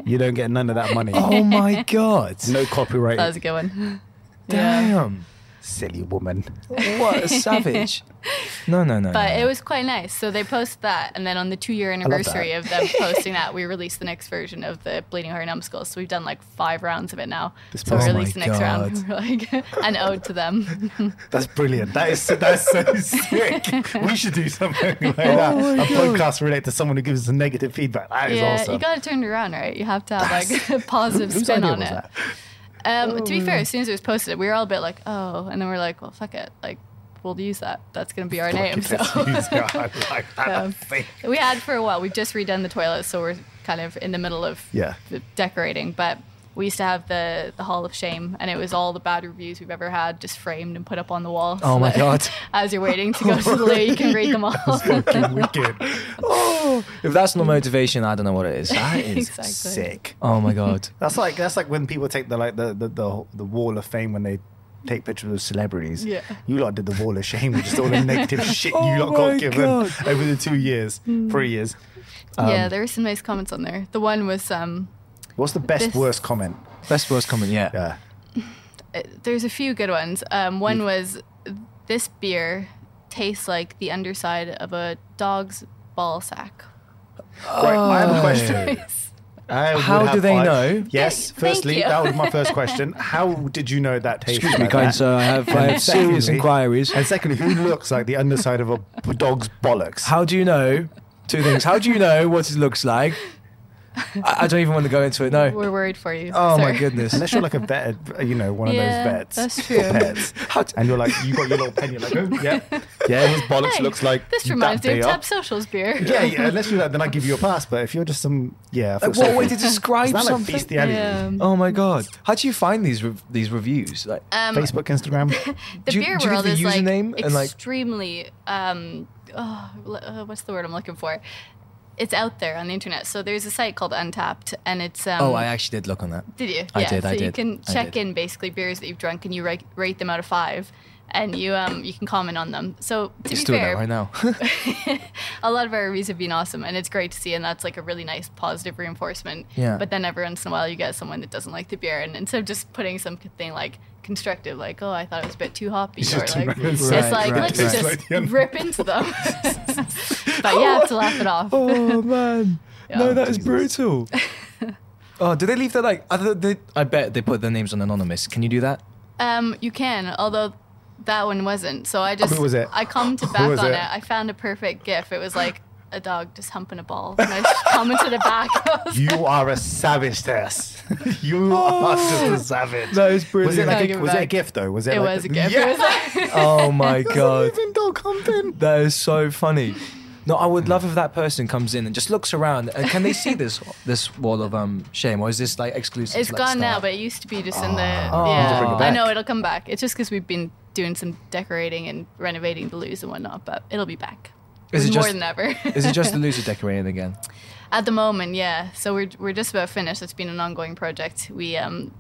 Speaker 1: you don't get none of that money.
Speaker 3: Oh my god!
Speaker 1: No copyright.
Speaker 2: that was a good one yeah
Speaker 3: Damn!
Speaker 1: Silly woman.
Speaker 3: What a savage! No, no, no.
Speaker 2: but
Speaker 3: no.
Speaker 2: it was quite nice so they posted that and then on the two year anniversary of them posting that we released the next version of the bleeding heart numbskulls so we've done like five rounds of it now
Speaker 1: This
Speaker 2: so we
Speaker 1: person-
Speaker 2: released
Speaker 3: Oh
Speaker 2: the
Speaker 3: my
Speaker 2: next round like an ode to them
Speaker 1: That's brilliant. That is that's so sick. We should do something like that.
Speaker 3: my
Speaker 1: A
Speaker 3: God.
Speaker 1: podcast related to someone who gives us negative feedback. That is
Speaker 2: yeah, you
Speaker 1: awesome.
Speaker 2: got to turn it around, right? You have to have like a positive
Speaker 1: Whose
Speaker 2: spin
Speaker 1: idea
Speaker 2: on
Speaker 1: was
Speaker 2: it.
Speaker 1: that? Oh.
Speaker 2: Um, to be fair, as soon as it was posted, we were all a bit like, oh, and then we're like, well, fuck it, like we'll use that. That's gonna be our name.
Speaker 1: Fucking
Speaker 2: So
Speaker 1: excuse me. I like that.
Speaker 2: Yeah.
Speaker 1: thing.
Speaker 2: we had for a while. We've just redone the toilet, so we're kind of in the middle of
Speaker 1: Yeah.
Speaker 2: the decorating. But we used to have the the Hall of Shame, and it was all the bad reviews we've ever had, just framed and put up on the wall.
Speaker 3: Oh
Speaker 2: so
Speaker 3: my
Speaker 2: that
Speaker 3: God.
Speaker 2: As you're waiting to go to the loo, you can read them all.
Speaker 1: Fucking wicked.
Speaker 3: Oh, if that's not motivation, I don't know what it is.
Speaker 1: That is
Speaker 2: Exactly.
Speaker 1: sick.
Speaker 3: Oh my god!
Speaker 1: That's like that's like when people take the like the the, the, the wall of fame when they take pictures of celebrities.
Speaker 2: Yeah.
Speaker 1: You lot did the wall of shame with just all the negative shit you
Speaker 3: Oh
Speaker 1: lot got
Speaker 3: my
Speaker 1: given
Speaker 3: God.
Speaker 1: over the two years, three years.
Speaker 2: yeah,
Speaker 1: Um,
Speaker 2: there were some nice comments on there. The one was um,
Speaker 1: What's the best
Speaker 2: this-
Speaker 1: worst comment?
Speaker 3: Best worst comment yet.
Speaker 1: Yeah.
Speaker 2: Uh, there's a few good ones. Um,
Speaker 3: Mm.
Speaker 2: one was this beer tastes like the underside of a dog's ball sack.
Speaker 1: Right, I have a question. Oh. I would
Speaker 3: How
Speaker 1: have
Speaker 3: do they
Speaker 1: five-
Speaker 3: know?
Speaker 1: Yes,
Speaker 2: Thank
Speaker 1: firstly,
Speaker 2: you.
Speaker 1: that was my first question. How did you know that tastes
Speaker 3: Excuse me,
Speaker 1: like
Speaker 3: kind
Speaker 1: that?
Speaker 3: sir. I have, I have serious
Speaker 1: Secondly-
Speaker 3: inquiries.
Speaker 1: And secondly, who looks like the underside of a b- dog's bollocks?
Speaker 3: How do you know? Two things. How do you know what it looks like? I, I don't even want to go into it. No.
Speaker 2: We're worried for you.
Speaker 3: Oh my
Speaker 2: sir.
Speaker 3: goodness.
Speaker 1: Unless you're like a vet, you know, one
Speaker 2: Yeah,
Speaker 1: of those vets.
Speaker 2: that's
Speaker 1: or
Speaker 2: true.
Speaker 1: Pets.
Speaker 3: How do-
Speaker 1: And you're like, you got your little pen, you're like, oh, yeah. Yeah, his bollocks
Speaker 2: Hey,
Speaker 1: looks like.
Speaker 2: This
Speaker 1: that
Speaker 2: reminds me
Speaker 1: they
Speaker 2: of
Speaker 1: are.
Speaker 2: Tab Social's beer.
Speaker 1: Yeah, yeah, unless you're that, then I give you a pass. But if you're just some. Yeah. I feel
Speaker 3: Like, Uh, what
Speaker 1: sorry
Speaker 3: way
Speaker 1: for
Speaker 3: to
Speaker 1: you.
Speaker 3: describe
Speaker 1: It's not like
Speaker 3: something?
Speaker 1: bestiality.
Speaker 2: Yeah.
Speaker 3: Oh my god! How do you find these re- these reviews? Like,
Speaker 2: Um,
Speaker 1: Facebook, Instagram.
Speaker 2: the
Speaker 3: do you-
Speaker 2: beer
Speaker 3: do you give
Speaker 2: world
Speaker 3: the
Speaker 2: is like
Speaker 3: username and, like-
Speaker 2: extremely. Um, oh, l- uh, what's the word I'm looking for? It's out there on the internet. So there's a site called Untapped, and it's. Um,
Speaker 3: oh, I actually did look on that.
Speaker 2: Did you?
Speaker 3: I
Speaker 2: yeah.
Speaker 3: did,
Speaker 2: So
Speaker 3: I
Speaker 2: you
Speaker 3: did,
Speaker 2: can
Speaker 3: I
Speaker 2: check
Speaker 3: did.
Speaker 2: in basically beers that you've drunk, and you rate, rate them out of five, and you um you can comment on them. So to
Speaker 3: He's
Speaker 2: be
Speaker 3: doing
Speaker 2: fair,
Speaker 3: that right now.
Speaker 2: a lot of our reviews have been awesome, and it's great to see, and that's like a really nice positive reinforcement.
Speaker 3: Yeah.
Speaker 2: But then every once in a while, you get someone that doesn't like the beer, and instead of just putting something like constructive, like "Oh, I thought it was a bit too hoppy,"
Speaker 1: It's
Speaker 2: or
Speaker 1: just
Speaker 2: like
Speaker 1: too nice.
Speaker 2: it's
Speaker 3: Right,
Speaker 2: like
Speaker 3: right,
Speaker 2: let's
Speaker 3: right.
Speaker 2: just rip into them. but you have to laugh it off.
Speaker 3: oh man! No,
Speaker 2: Yeah.
Speaker 3: that is
Speaker 1: Jesus.
Speaker 3: brutal. oh, do they leave that like? Other, they, I bet they put their names on anonymous. Can you do that?
Speaker 2: Um, you can, although that one wasn't. So I just
Speaker 1: Who was it?
Speaker 2: I commented
Speaker 1: Who
Speaker 2: back
Speaker 1: was
Speaker 2: on
Speaker 1: it?
Speaker 2: it? I found a perfect gif. It was like a dog just humping a ball, and I just commented it back. I was
Speaker 1: You are a savage, Tess. you are just a savage.
Speaker 3: That is
Speaker 1: Was it
Speaker 3: brilliant.
Speaker 1: like
Speaker 2: Give
Speaker 1: a,
Speaker 2: it
Speaker 1: was it a
Speaker 2: back.
Speaker 1: gift though? Was it?
Speaker 2: It
Speaker 1: like
Speaker 2: was a
Speaker 1: the-
Speaker 2: gift.
Speaker 1: Yeah.
Speaker 2: It was like,
Speaker 3: Oh my god!
Speaker 1: Even dog humping.
Speaker 3: That is so funny. No, I would love if that person comes in and just looks around. And can they see this this wall of um shame, or is this like exclusive?
Speaker 2: it's
Speaker 3: to, like,
Speaker 2: gone now,
Speaker 3: Star?
Speaker 2: but it used to be just
Speaker 1: Ah.
Speaker 2: in the.
Speaker 3: Oh. You need to
Speaker 2: yeah,
Speaker 3: bring it
Speaker 2: I
Speaker 1: back.
Speaker 2: know it'll come back. It's just because we've been doing some decorating and renovating the loos and whatnot, but it'll be back.
Speaker 3: Is it
Speaker 2: more
Speaker 3: just-
Speaker 2: than ever?
Speaker 3: is it just the loser decorating again?
Speaker 2: At the moment, yeah. So we're, we're just about finished. It's been an ongoing project. We um,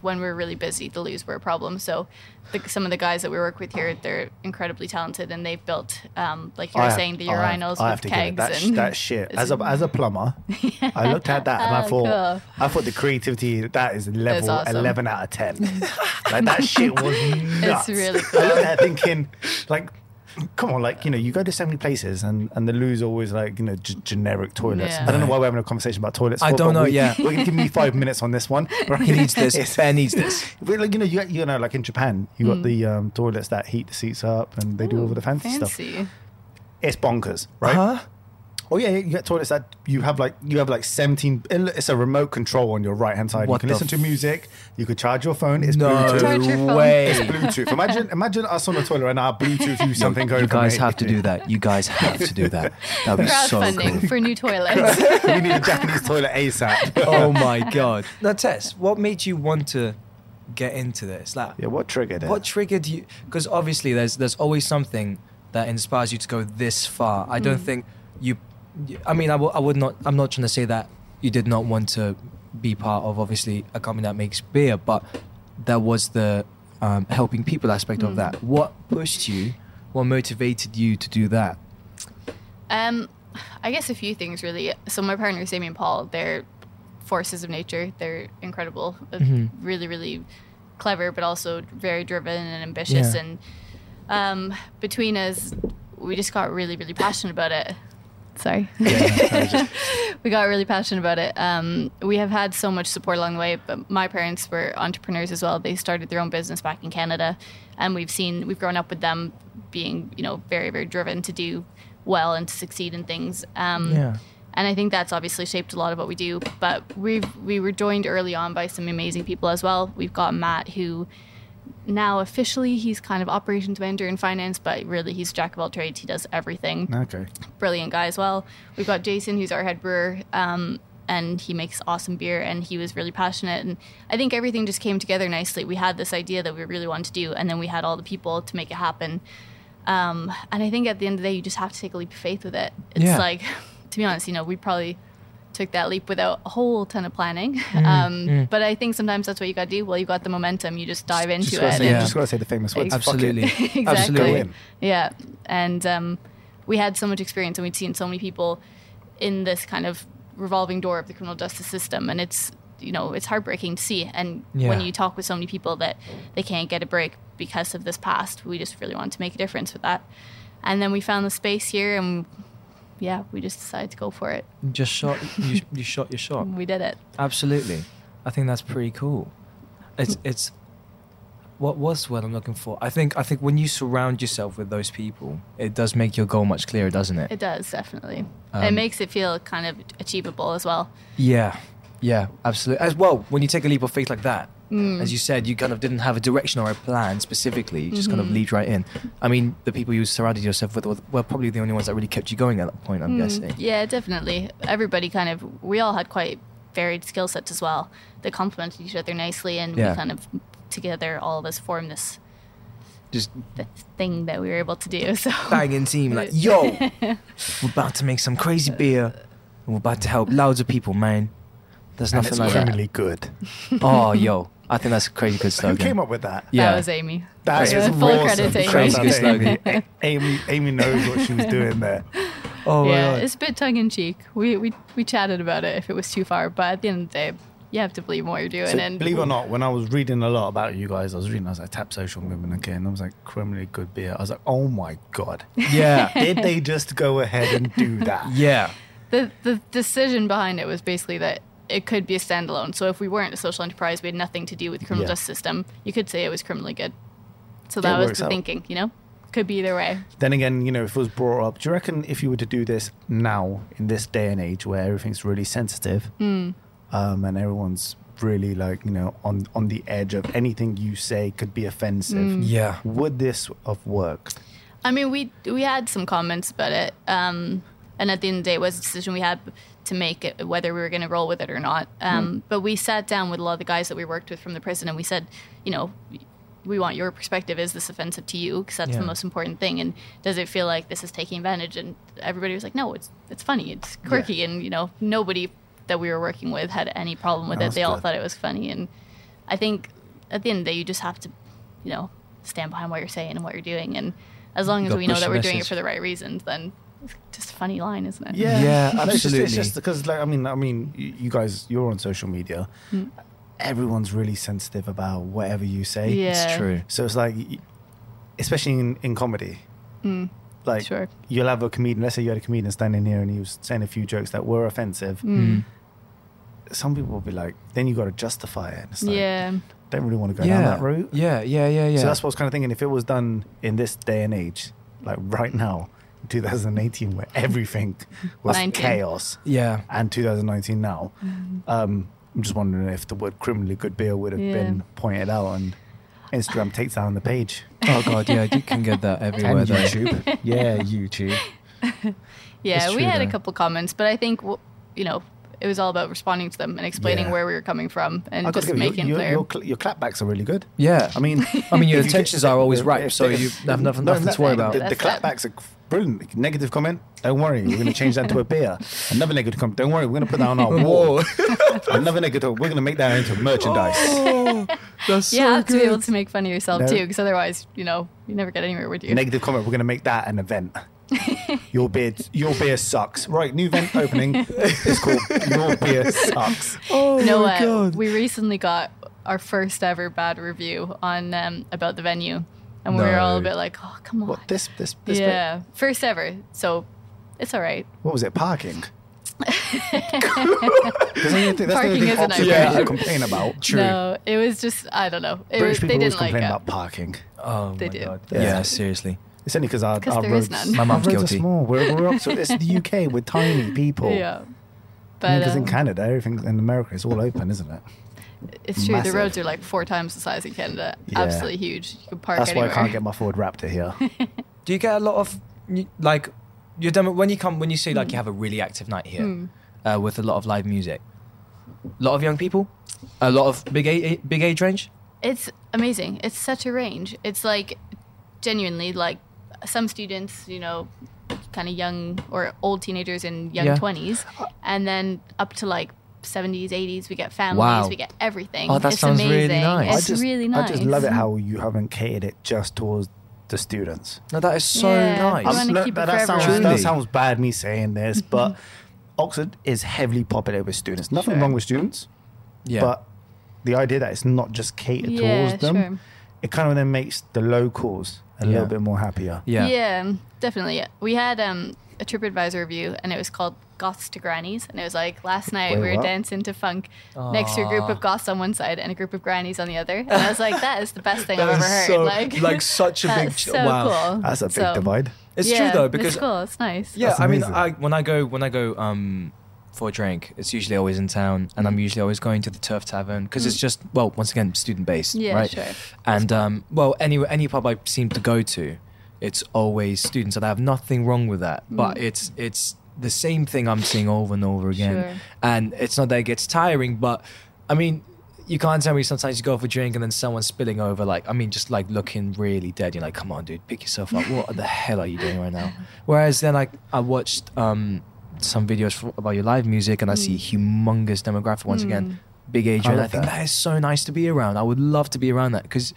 Speaker 2: when we're really busy, the loos were a problem. So the, some of the guys that we work with here, they're incredibly talented, and they've built um, like you
Speaker 1: I
Speaker 2: were
Speaker 1: have-
Speaker 2: saying, the
Speaker 1: I have-
Speaker 2: urinals
Speaker 1: I have
Speaker 2: with
Speaker 1: to give it
Speaker 2: kegs
Speaker 1: That, sh-
Speaker 2: and
Speaker 1: that shit. As a as a plumber, I looked at that and I
Speaker 2: Oh,
Speaker 1: thought,
Speaker 2: cool.
Speaker 1: I thought the creativity that is level
Speaker 2: awesome.
Speaker 1: eleven out of ten. like that shit was nuts.
Speaker 2: really
Speaker 1: I looked at it thinking, like. come on, like you know, you go to so many places, and and the loo's always like you know g- generic toilets.
Speaker 2: Yeah.
Speaker 1: I don't know why we're having a conversation about toilets.
Speaker 3: I
Speaker 1: for,
Speaker 3: don't
Speaker 1: but
Speaker 3: know,
Speaker 1: We,
Speaker 3: yeah.
Speaker 1: we're gonna give me five minutes on this one. Right?
Speaker 3: He needs this.
Speaker 1: It's-
Speaker 3: Bear needs this.
Speaker 1: But like, you know, you, you know, like in Japan, you
Speaker 2: Hmm.
Speaker 1: got the um, toilets that heat the seats up, and they do all the fancy, stuff.
Speaker 2: Fancy.
Speaker 1: It's bonkers, right?
Speaker 3: Huh?
Speaker 1: Oh yeah, yeah, you get toilets that you have like you have like seventeen. It's a remote control on your right hand side.
Speaker 3: What
Speaker 1: you can
Speaker 3: the
Speaker 1: listen to
Speaker 3: f-
Speaker 1: music. You could charge your phone. It's
Speaker 3: No
Speaker 1: Bluetooth.
Speaker 2: Charge your phone.
Speaker 1: It's
Speaker 3: way.
Speaker 1: Bluetooth. Imagine, imagine us on the toilet and our Bluetooth you something going.
Speaker 3: You guys
Speaker 1: for me.
Speaker 3: have to do that. You guys have to do that. That would be so
Speaker 2: Crowdfunding
Speaker 3: cool.
Speaker 2: for new toilets.
Speaker 1: we need a Japanese toilet ASAP.
Speaker 3: Oh my god. Now, Tess, what made you want to get into this? Like,
Speaker 1: yeah, what triggered it?
Speaker 3: what triggered you? Because obviously, there's there's always something that inspires you to go this far. I don't think you. you- I mean, I w- I would not. I'm not trying to say that you did not want to be part of obviously a company that makes beer, but there was the um, helping people aspect of
Speaker 2: Mm.
Speaker 3: that. What pushed you? What motivated you to do that?
Speaker 2: Um, I guess a few things really. So my partners, Amy and Paul, they're forces of nature. They're incredible, Uh,
Speaker 3: Mhm.
Speaker 2: really, really clever, but also very driven and ambitious.
Speaker 3: Yeah.
Speaker 2: And um, between us, we just got really, really passionate about it. Sorry. we got really passionate about it. Um, we have had so much support along the way, but my parents were entrepreneurs as well. They started their own business back in Canada, and we've seen we've grown up with them being you know very very driven to do well and to succeed in things. Um, and I think that's obviously shaped a lot of what we do. But we've we were joined early on by some amazing people as well. We've got Matt who now officially he's kind of operations manager in finance, but really he's jack of all trades. He does everything
Speaker 1: Okay.
Speaker 2: brilliant guy as well. We've got Jason, who's our head brewer, um, and he makes awesome beer, and he was really passionate. And I think everything just came together nicely. We had this idea that we really wanted to do, and then we had all the people to make it happen. Um, and I think at the end of the day, you just have to take a leap of faith with it. It's
Speaker 3: Yeah.
Speaker 2: like, to be honest, you know, we probably took that leap without a whole ton of planning. um, But I think sometimes that's what you got to do. Well, you got the momentum, you just dive into
Speaker 1: Just
Speaker 2: it.
Speaker 1: gotta, say,
Speaker 2: and-
Speaker 3: Yeah.
Speaker 1: just gotta say the famous words. Fuck it.
Speaker 3: Absolutely.
Speaker 2: exactly.
Speaker 3: Absolutely.
Speaker 1: Go in.
Speaker 2: Yeah, and um, we had so much experience, and we'd seen so many people in this kind of revolving door of the criminal justice system, and it's you know it's heartbreaking to see. And when
Speaker 3: Yeah.
Speaker 2: you talk with so many people that they can't get a break because of this past, we just really wanted to make a difference with that. And then we found the space here, and yeah, we just decided to go for it.
Speaker 3: You Just shot. You, you shot your shot.
Speaker 2: We did it.
Speaker 3: Absolutely. I think that's pretty cool. It's it's what was what I'm looking for. I think I think when you surround yourself with those people, it does make your goal much clearer, doesn't it?
Speaker 2: It does definitely. it
Speaker 3: Um,
Speaker 2: makes it feel kind of achievable as well.
Speaker 3: Yeah. Yeah, absolutely. As well, when you take a leap of faith like that,
Speaker 2: Mm.
Speaker 3: as you said, you kind of didn't have a direction or a plan specifically. You just kind of leaped right in. I mean, the people you surrounded yourself with were, were probably the only ones that really kept you going at that point, I'm guessing.
Speaker 2: Mm, Hmm. Yeah, definitely. Everybody kind of, we all had quite varied skill sets as well that complemented each other nicely, and
Speaker 3: Yeah.
Speaker 2: we kind of together all of us formed this,
Speaker 3: Just
Speaker 2: this thing that we were able to do. So
Speaker 3: banging team, like, yo, we're about to make some crazy beer. And we're about to help loads of people, man. There's
Speaker 1: And
Speaker 3: nothing
Speaker 1: it's
Speaker 3: like
Speaker 1: criminally good.
Speaker 3: that. Oh, yo, I think that's a crazy good
Speaker 1: Who
Speaker 3: slogan.
Speaker 1: came up with that?
Speaker 3: Yeah.
Speaker 2: that was Amy.
Speaker 1: That
Speaker 2: So
Speaker 1: is
Speaker 2: full
Speaker 1: awesome.
Speaker 2: credit to Amy.
Speaker 3: Crazy good
Speaker 1: Shout out to
Speaker 3: slogan.
Speaker 1: Amy. A- Amy, Amy knows what she was doing there.
Speaker 3: Oh
Speaker 2: yeah,
Speaker 3: my god.
Speaker 2: it's a bit tongue in cheek. We, we we chatted about it if it was too far, but at the end of the day, you have to believe in what you're doing.
Speaker 1: So,
Speaker 2: and
Speaker 1: believe it or not, when I was reading a lot about you guys, I was reading, I was like, tap social movement again. I was like, criminally good beer. I was like, oh my God.
Speaker 3: Yeah.
Speaker 1: Did they just go ahead and do that?
Speaker 3: yeah.
Speaker 2: the the decision behind it was basically that it could be a standalone. So if we weren't a social enterprise, we had nothing to do with the criminal
Speaker 1: Yeah.
Speaker 2: justice system. You could say it was criminally good. So that was
Speaker 1: works
Speaker 2: the
Speaker 1: out.
Speaker 2: thinking, you know? Could be either way.
Speaker 1: Then again, you know, if it was brought up, do you reckon if you were to do this now in this day and age where everything's really sensitive
Speaker 2: Hmm.
Speaker 1: um, and everyone's really like, you know, on, on the edge of anything you say could be offensive,
Speaker 2: Hmm.
Speaker 3: Yeah.
Speaker 1: would this have worked?
Speaker 2: I mean, we we had some comments about it, um, and at the end of the day, it was a decision we had to make it, whether we were going to roll with it or not. Um, But we sat down with a lot of the guys that we worked with from the prison, and we said, you know, we want your perspective. Is this offensive to you? Because that's
Speaker 3: Yeah.
Speaker 2: the most important thing. And does it feel like this is taking advantage? And everybody was like, no, it's it's funny, it's quirky, and you know, nobody that we were working with had any problem with it.
Speaker 1: That's
Speaker 2: They all
Speaker 1: good.
Speaker 2: thought it was funny, and I think at the end of the day, you just have to, you know, stand behind what you're saying and what you're doing. And as long as
Speaker 3: Gotta
Speaker 2: we know
Speaker 3: push
Speaker 2: that
Speaker 3: the
Speaker 2: we're doing it
Speaker 3: message.
Speaker 2: for the right reasons, then it's just a funny line, isn't it?
Speaker 1: Yeah,
Speaker 3: Yeah,
Speaker 1: No, it's just- It's
Speaker 3: absolutely.
Speaker 1: just because, like, I mean, I mean, y- you guys, you're on social media.
Speaker 2: Mm.
Speaker 1: Everyone's really sensitive about whatever you say.
Speaker 2: Yeah.
Speaker 3: It's true.
Speaker 1: So it's like, y- especially in, in comedy,
Speaker 2: Mm,
Speaker 1: Like
Speaker 2: sure.
Speaker 1: you'll have a comedian. Let's say you had a comedian standing here and he was saying a few jokes that were offensive.
Speaker 3: Hmm.
Speaker 2: Mm.
Speaker 1: Some people will be like, then you got to justify it. It's like,
Speaker 2: yeah.
Speaker 1: Don't really want to go
Speaker 3: yeah.
Speaker 1: down that route.
Speaker 3: Yeah, yeah, yeah, yeah.
Speaker 1: So that's what I was kind of thinking. If it was done in this day and age, like right now, 2018, where everything was
Speaker 2: 19.
Speaker 1: chaos,
Speaker 3: yeah.
Speaker 1: and 2019 now, um, I'm just wondering if the word criminally good beer would have
Speaker 2: Yeah.
Speaker 1: been pointed out and Instagram takes down the page.
Speaker 3: Oh god, yeah, you can get that everywhere.
Speaker 1: And
Speaker 3: though.
Speaker 1: YouTube.
Speaker 3: yeah, YouTube.
Speaker 2: Yeah,
Speaker 3: It's
Speaker 2: we
Speaker 3: true,
Speaker 2: had a
Speaker 3: though.
Speaker 2: couple comments, but I think w- you know it was all about responding to them and explaining
Speaker 1: Yeah.
Speaker 2: where we were coming from and
Speaker 1: I gotta
Speaker 2: just
Speaker 1: give you-
Speaker 2: making
Speaker 1: your,
Speaker 2: clear.
Speaker 1: your, cl- your clapbacks are really good.
Speaker 3: Yeah.
Speaker 1: I mean,
Speaker 3: I mean, your
Speaker 1: if you get-
Speaker 3: intentions are always
Speaker 1: if-
Speaker 3: right,
Speaker 1: if-
Speaker 3: so
Speaker 1: if-
Speaker 3: you have nothing,
Speaker 1: no,
Speaker 3: nothing
Speaker 1: that's
Speaker 3: to worry
Speaker 2: it.
Speaker 3: about.
Speaker 1: The, the
Speaker 2: That's
Speaker 1: clapbacks
Speaker 2: it.
Speaker 1: are brilliant. Negative comment, don't worry, we're going to change that to a beer. Another negative comment, don't worry, we're going to put that on our wall. Another negative, we're going to make that into merchandise.
Speaker 3: Oh, that's
Speaker 2: you have to be able
Speaker 3: good.
Speaker 2: to make fun of yourself
Speaker 1: No.
Speaker 2: too, because otherwise, you know, you never get anywhere, would you?
Speaker 1: Negative comment, we're going to make that an event. Your beer, your beer sucks. Right, new event opening. It's called Your Beer Sucks.
Speaker 3: Oh
Speaker 2: no,
Speaker 3: my
Speaker 2: uh,
Speaker 3: god.
Speaker 2: we recently got our first ever bad review on um, about the venue, and we were all a
Speaker 3: No.
Speaker 2: bit like, "Oh, come on!"
Speaker 1: What this this this bit?
Speaker 2: yeah, first ever, so it's all right.
Speaker 1: What was it? Parking. That's the only thing- that's the only
Speaker 2: Parking
Speaker 1: thing
Speaker 2: isn't
Speaker 1: Oxford
Speaker 3: okay.
Speaker 1: people complain about.
Speaker 3: True.
Speaker 2: No, it was just I don't know. It
Speaker 1: British
Speaker 2: was, they
Speaker 1: people always
Speaker 2: didn't like
Speaker 1: complain
Speaker 2: it.
Speaker 1: about parking.
Speaker 3: Oh
Speaker 2: They
Speaker 3: my
Speaker 2: do.
Speaker 3: god.
Speaker 1: Yeah.
Speaker 3: Yeah, seriously.
Speaker 1: It's only because our,
Speaker 2: 'Cause
Speaker 1: our
Speaker 2: there
Speaker 1: roads,
Speaker 2: is none.
Speaker 3: My
Speaker 1: our
Speaker 3: mum's
Speaker 1: roads are
Speaker 3: guilty.
Speaker 1: small. We're, we're up, so it's the UK. We're tiny people.
Speaker 2: Yeah, but
Speaker 1: Because in
Speaker 2: um,
Speaker 1: Canada, everything in America is all open, isn't it?
Speaker 2: It's true.
Speaker 1: Massive.
Speaker 2: The roads are like four times the size in Canada.
Speaker 1: Yeah.
Speaker 2: Absolutely huge. You can park
Speaker 1: That's
Speaker 2: anywhere.
Speaker 1: why I can't get my Ford Raptor here.
Speaker 3: Do you get a lot of y- like your demo when you come when you say like
Speaker 2: Hmm.
Speaker 3: you have a really active night here
Speaker 2: Mm.
Speaker 3: uh, with a lot of live music? A lot of young people, a lot of big a, big age range.
Speaker 2: It's amazing. It's such a range. It's like genuinely like some students, you know, kind of young or old teenagers in young
Speaker 3: Yeah.
Speaker 2: 20s, and then up to like 70s, 80s. We get families.
Speaker 3: Wow.
Speaker 2: We get everything.
Speaker 3: Oh, that
Speaker 2: it's
Speaker 3: sounds really
Speaker 2: amazing.
Speaker 3: nice.
Speaker 1: I
Speaker 2: It's
Speaker 1: just,
Speaker 2: really nice.
Speaker 1: I just love it how you haven't catered it just towards the students.
Speaker 3: No, that is so
Speaker 2: Yeah. I
Speaker 3: nice.
Speaker 2: wanna
Speaker 1: No,
Speaker 2: keep it
Speaker 1: that,
Speaker 2: for
Speaker 1: that sounds,
Speaker 2: everyone. Mm-hmm.
Speaker 1: that
Speaker 3: Truly.
Speaker 1: sounds bad, me saying this, but Oxford is heavily populated with students. Nothing
Speaker 2: Sure.
Speaker 1: wrong with students,
Speaker 3: yeah.
Speaker 1: but the idea that it's not just catered
Speaker 2: Yeah,
Speaker 1: towards them,
Speaker 2: sure.
Speaker 1: it kind of then makes the locals a
Speaker 3: Yeah.
Speaker 1: little bit more happier.
Speaker 3: yeah.
Speaker 2: um, definitely. We had um, a TripAdvisor review, and it was called "Goths to Grannies," and it was like last night
Speaker 1: Wait,
Speaker 2: we were
Speaker 1: what?
Speaker 2: dancing to funk next to a group
Speaker 3: Aw.
Speaker 2: of goths on one side and a group of grannies on the other, and I was like, "That is the best thing I've ever heard."
Speaker 3: so,
Speaker 2: like,
Speaker 3: such a big
Speaker 2: that's so cool.
Speaker 1: That's a big
Speaker 2: So,
Speaker 1: divide.
Speaker 3: It's
Speaker 2: yeah,
Speaker 3: true though because
Speaker 2: it's cool. It's nice.
Speaker 3: yeah,
Speaker 1: That's
Speaker 3: I mean,
Speaker 1: amazing.
Speaker 3: I, when I go when I go um for a drink, it's usually always in town, and I'm usually always going to the Turf Tavern because it's just well, once again, student based,
Speaker 2: Yeah,
Speaker 3: right?
Speaker 2: sure.
Speaker 3: And um, well, any any pub I seem to go to, it's always students, and I have nothing wrong with that. But it's it's the same thing I'm seeing over and over again,
Speaker 2: Sure.
Speaker 3: and it's not that it gets tiring, but I mean. You can't tell me sometimes you go for a drink and then someone's spilling over, like, I mean, just like looking really dead. You're like, come on, dude, pick yourself up. What the hell are you doing right now? Whereas then I, I watched um, some videos from, about your live music and I see humongous demographic once again, big age.
Speaker 1: I
Speaker 3: range. I
Speaker 1: love
Speaker 3: think
Speaker 1: that.
Speaker 3: that is so nice to be around. I would love to be around that because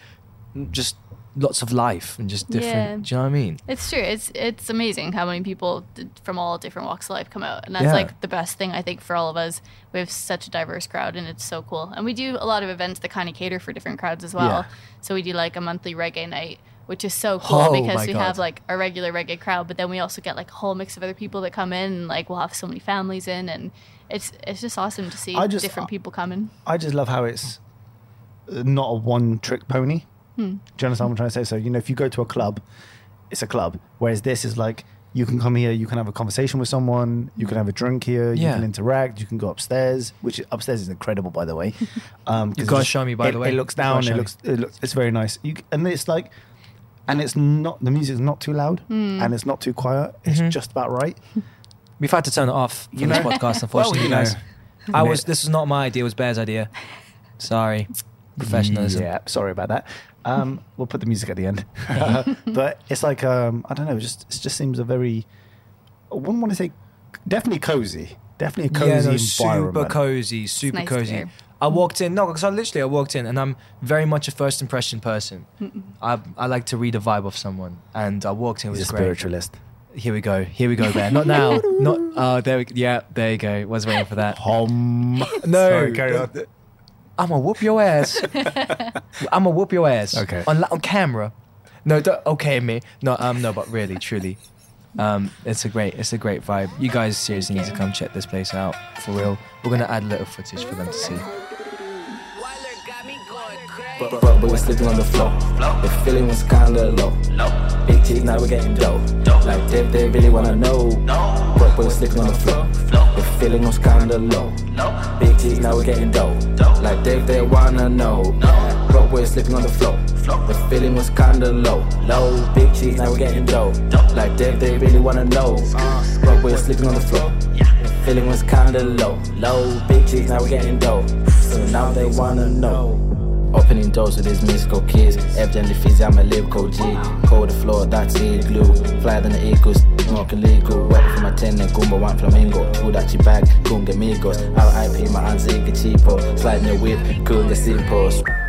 Speaker 3: just lots of life and just different.
Speaker 2: Yeah.
Speaker 3: Do you know what I mean?
Speaker 2: It's true. It's it's amazing how many people d- from all different walks of life come out, and that's
Speaker 3: Yeah.
Speaker 2: like the best thing I think for all of us. We have such a diverse crowd, and it's so cool. And we do a lot of events that kind of cater for different crowds as well.
Speaker 1: Yeah.
Speaker 2: So we do like a monthly reggae night, which is so cool
Speaker 3: Oh, my
Speaker 2: because we
Speaker 3: God.
Speaker 2: have like a regular reggae crowd, but then we also get like a whole mix of other people that come in, and like we'll have so many families in, and it's it's just awesome to see
Speaker 1: I just-
Speaker 3: uh,
Speaker 2: different people coming.
Speaker 1: I just love how it's uh, not a one trick pony. Do
Speaker 3: Hmm.
Speaker 1: you understand what I'm trying to say? So, you know, if you go to a club, it's a club. Whereas this is like, you can come here, you can have a conversation with someone, you can have a drink here, you
Speaker 3: Hmm. Yeah.
Speaker 1: can interact, you can go upstairs, which upstairs is incredible, by the way. Um, 'cause
Speaker 3: You've gotta
Speaker 1: it's-
Speaker 3: show me, by
Speaker 1: it-
Speaker 3: the way.
Speaker 1: It looks
Speaker 3: You've gotta
Speaker 1: down,
Speaker 3: show
Speaker 1: it
Speaker 3: me.
Speaker 1: looks, it looks, it's very nice. You, c- and it's like, and it's not, the music's not too loud
Speaker 3: Hmm.
Speaker 1: and it's not too quiet. It's
Speaker 3: Mhm.
Speaker 1: just about right.
Speaker 3: We've had to turn it off for
Speaker 1: You
Speaker 3: this
Speaker 1: know-
Speaker 3: podcast, unfortunately,
Speaker 1: you know.
Speaker 3: guys. I was, this was not my idea, it was Bear's idea. Sorry. Professionalism.
Speaker 1: Yeah, sorry about that. Um, we'll put the music at the end, but it's like um, I don't know. Just it just seems a very I wouldn't want to say definitely cozy, definitely a cozy
Speaker 3: no, super
Speaker 1: environment.
Speaker 3: cozy, super
Speaker 2: nice to
Speaker 3: cozy.
Speaker 2: hear.
Speaker 3: I walked in, no, because I literally I walked in, and I'm very much a first impression person.
Speaker 2: Hmm.
Speaker 3: I, I like to read a vibe of someone, and I walked in. It
Speaker 1: He's
Speaker 3: was
Speaker 1: a
Speaker 3: great.
Speaker 1: spiritualist.
Speaker 3: Here we go. Here we go, Bear. Not now. Not. Oh, there. We, yeah, there you go. Was waiting for that.
Speaker 1: Hom.
Speaker 3: No.
Speaker 1: Sorry, carry on.
Speaker 3: I'm gonna whoop your ass. I'm gonna whoop your ass.
Speaker 1: Okay.
Speaker 3: On, li- on camera. No, don't, okay, me. No, um, no, but really, truly, um, it's a great, it's a great vibe. You guys seriously need to come check this place out for real. We're gonna add a little footage for them to see.
Speaker 4: But, but, but we're sleeping on the floor. The feeling was kinda low. Big teeth, now we're getting dough. Like if they really wanna know. But, but we're sleeping on the floor. The feeling was kinda low. Big teeth, now we're getting dough. Like if they wanna know. But we're sleeping on the floor. The feeling was kinda low. Low, big cheese, now we're getting dough. Like if they really wanna know. But we're sleeping on the floor. The feeling was kinda low. Low, big cheese, now we're getting dough. So now they wanna know. Opening doors with these musical kids. Evidently fizzy, I'm a lyrical G. Cold the floor, that's igloo. Flyer than the eagles, smoking legal. Wet for my ten and Goomba, one flamingo. Pull that your bag, Goonga Migos. RIP, my auntie, get cheapo. Sliding the whip, Goonga Simpos.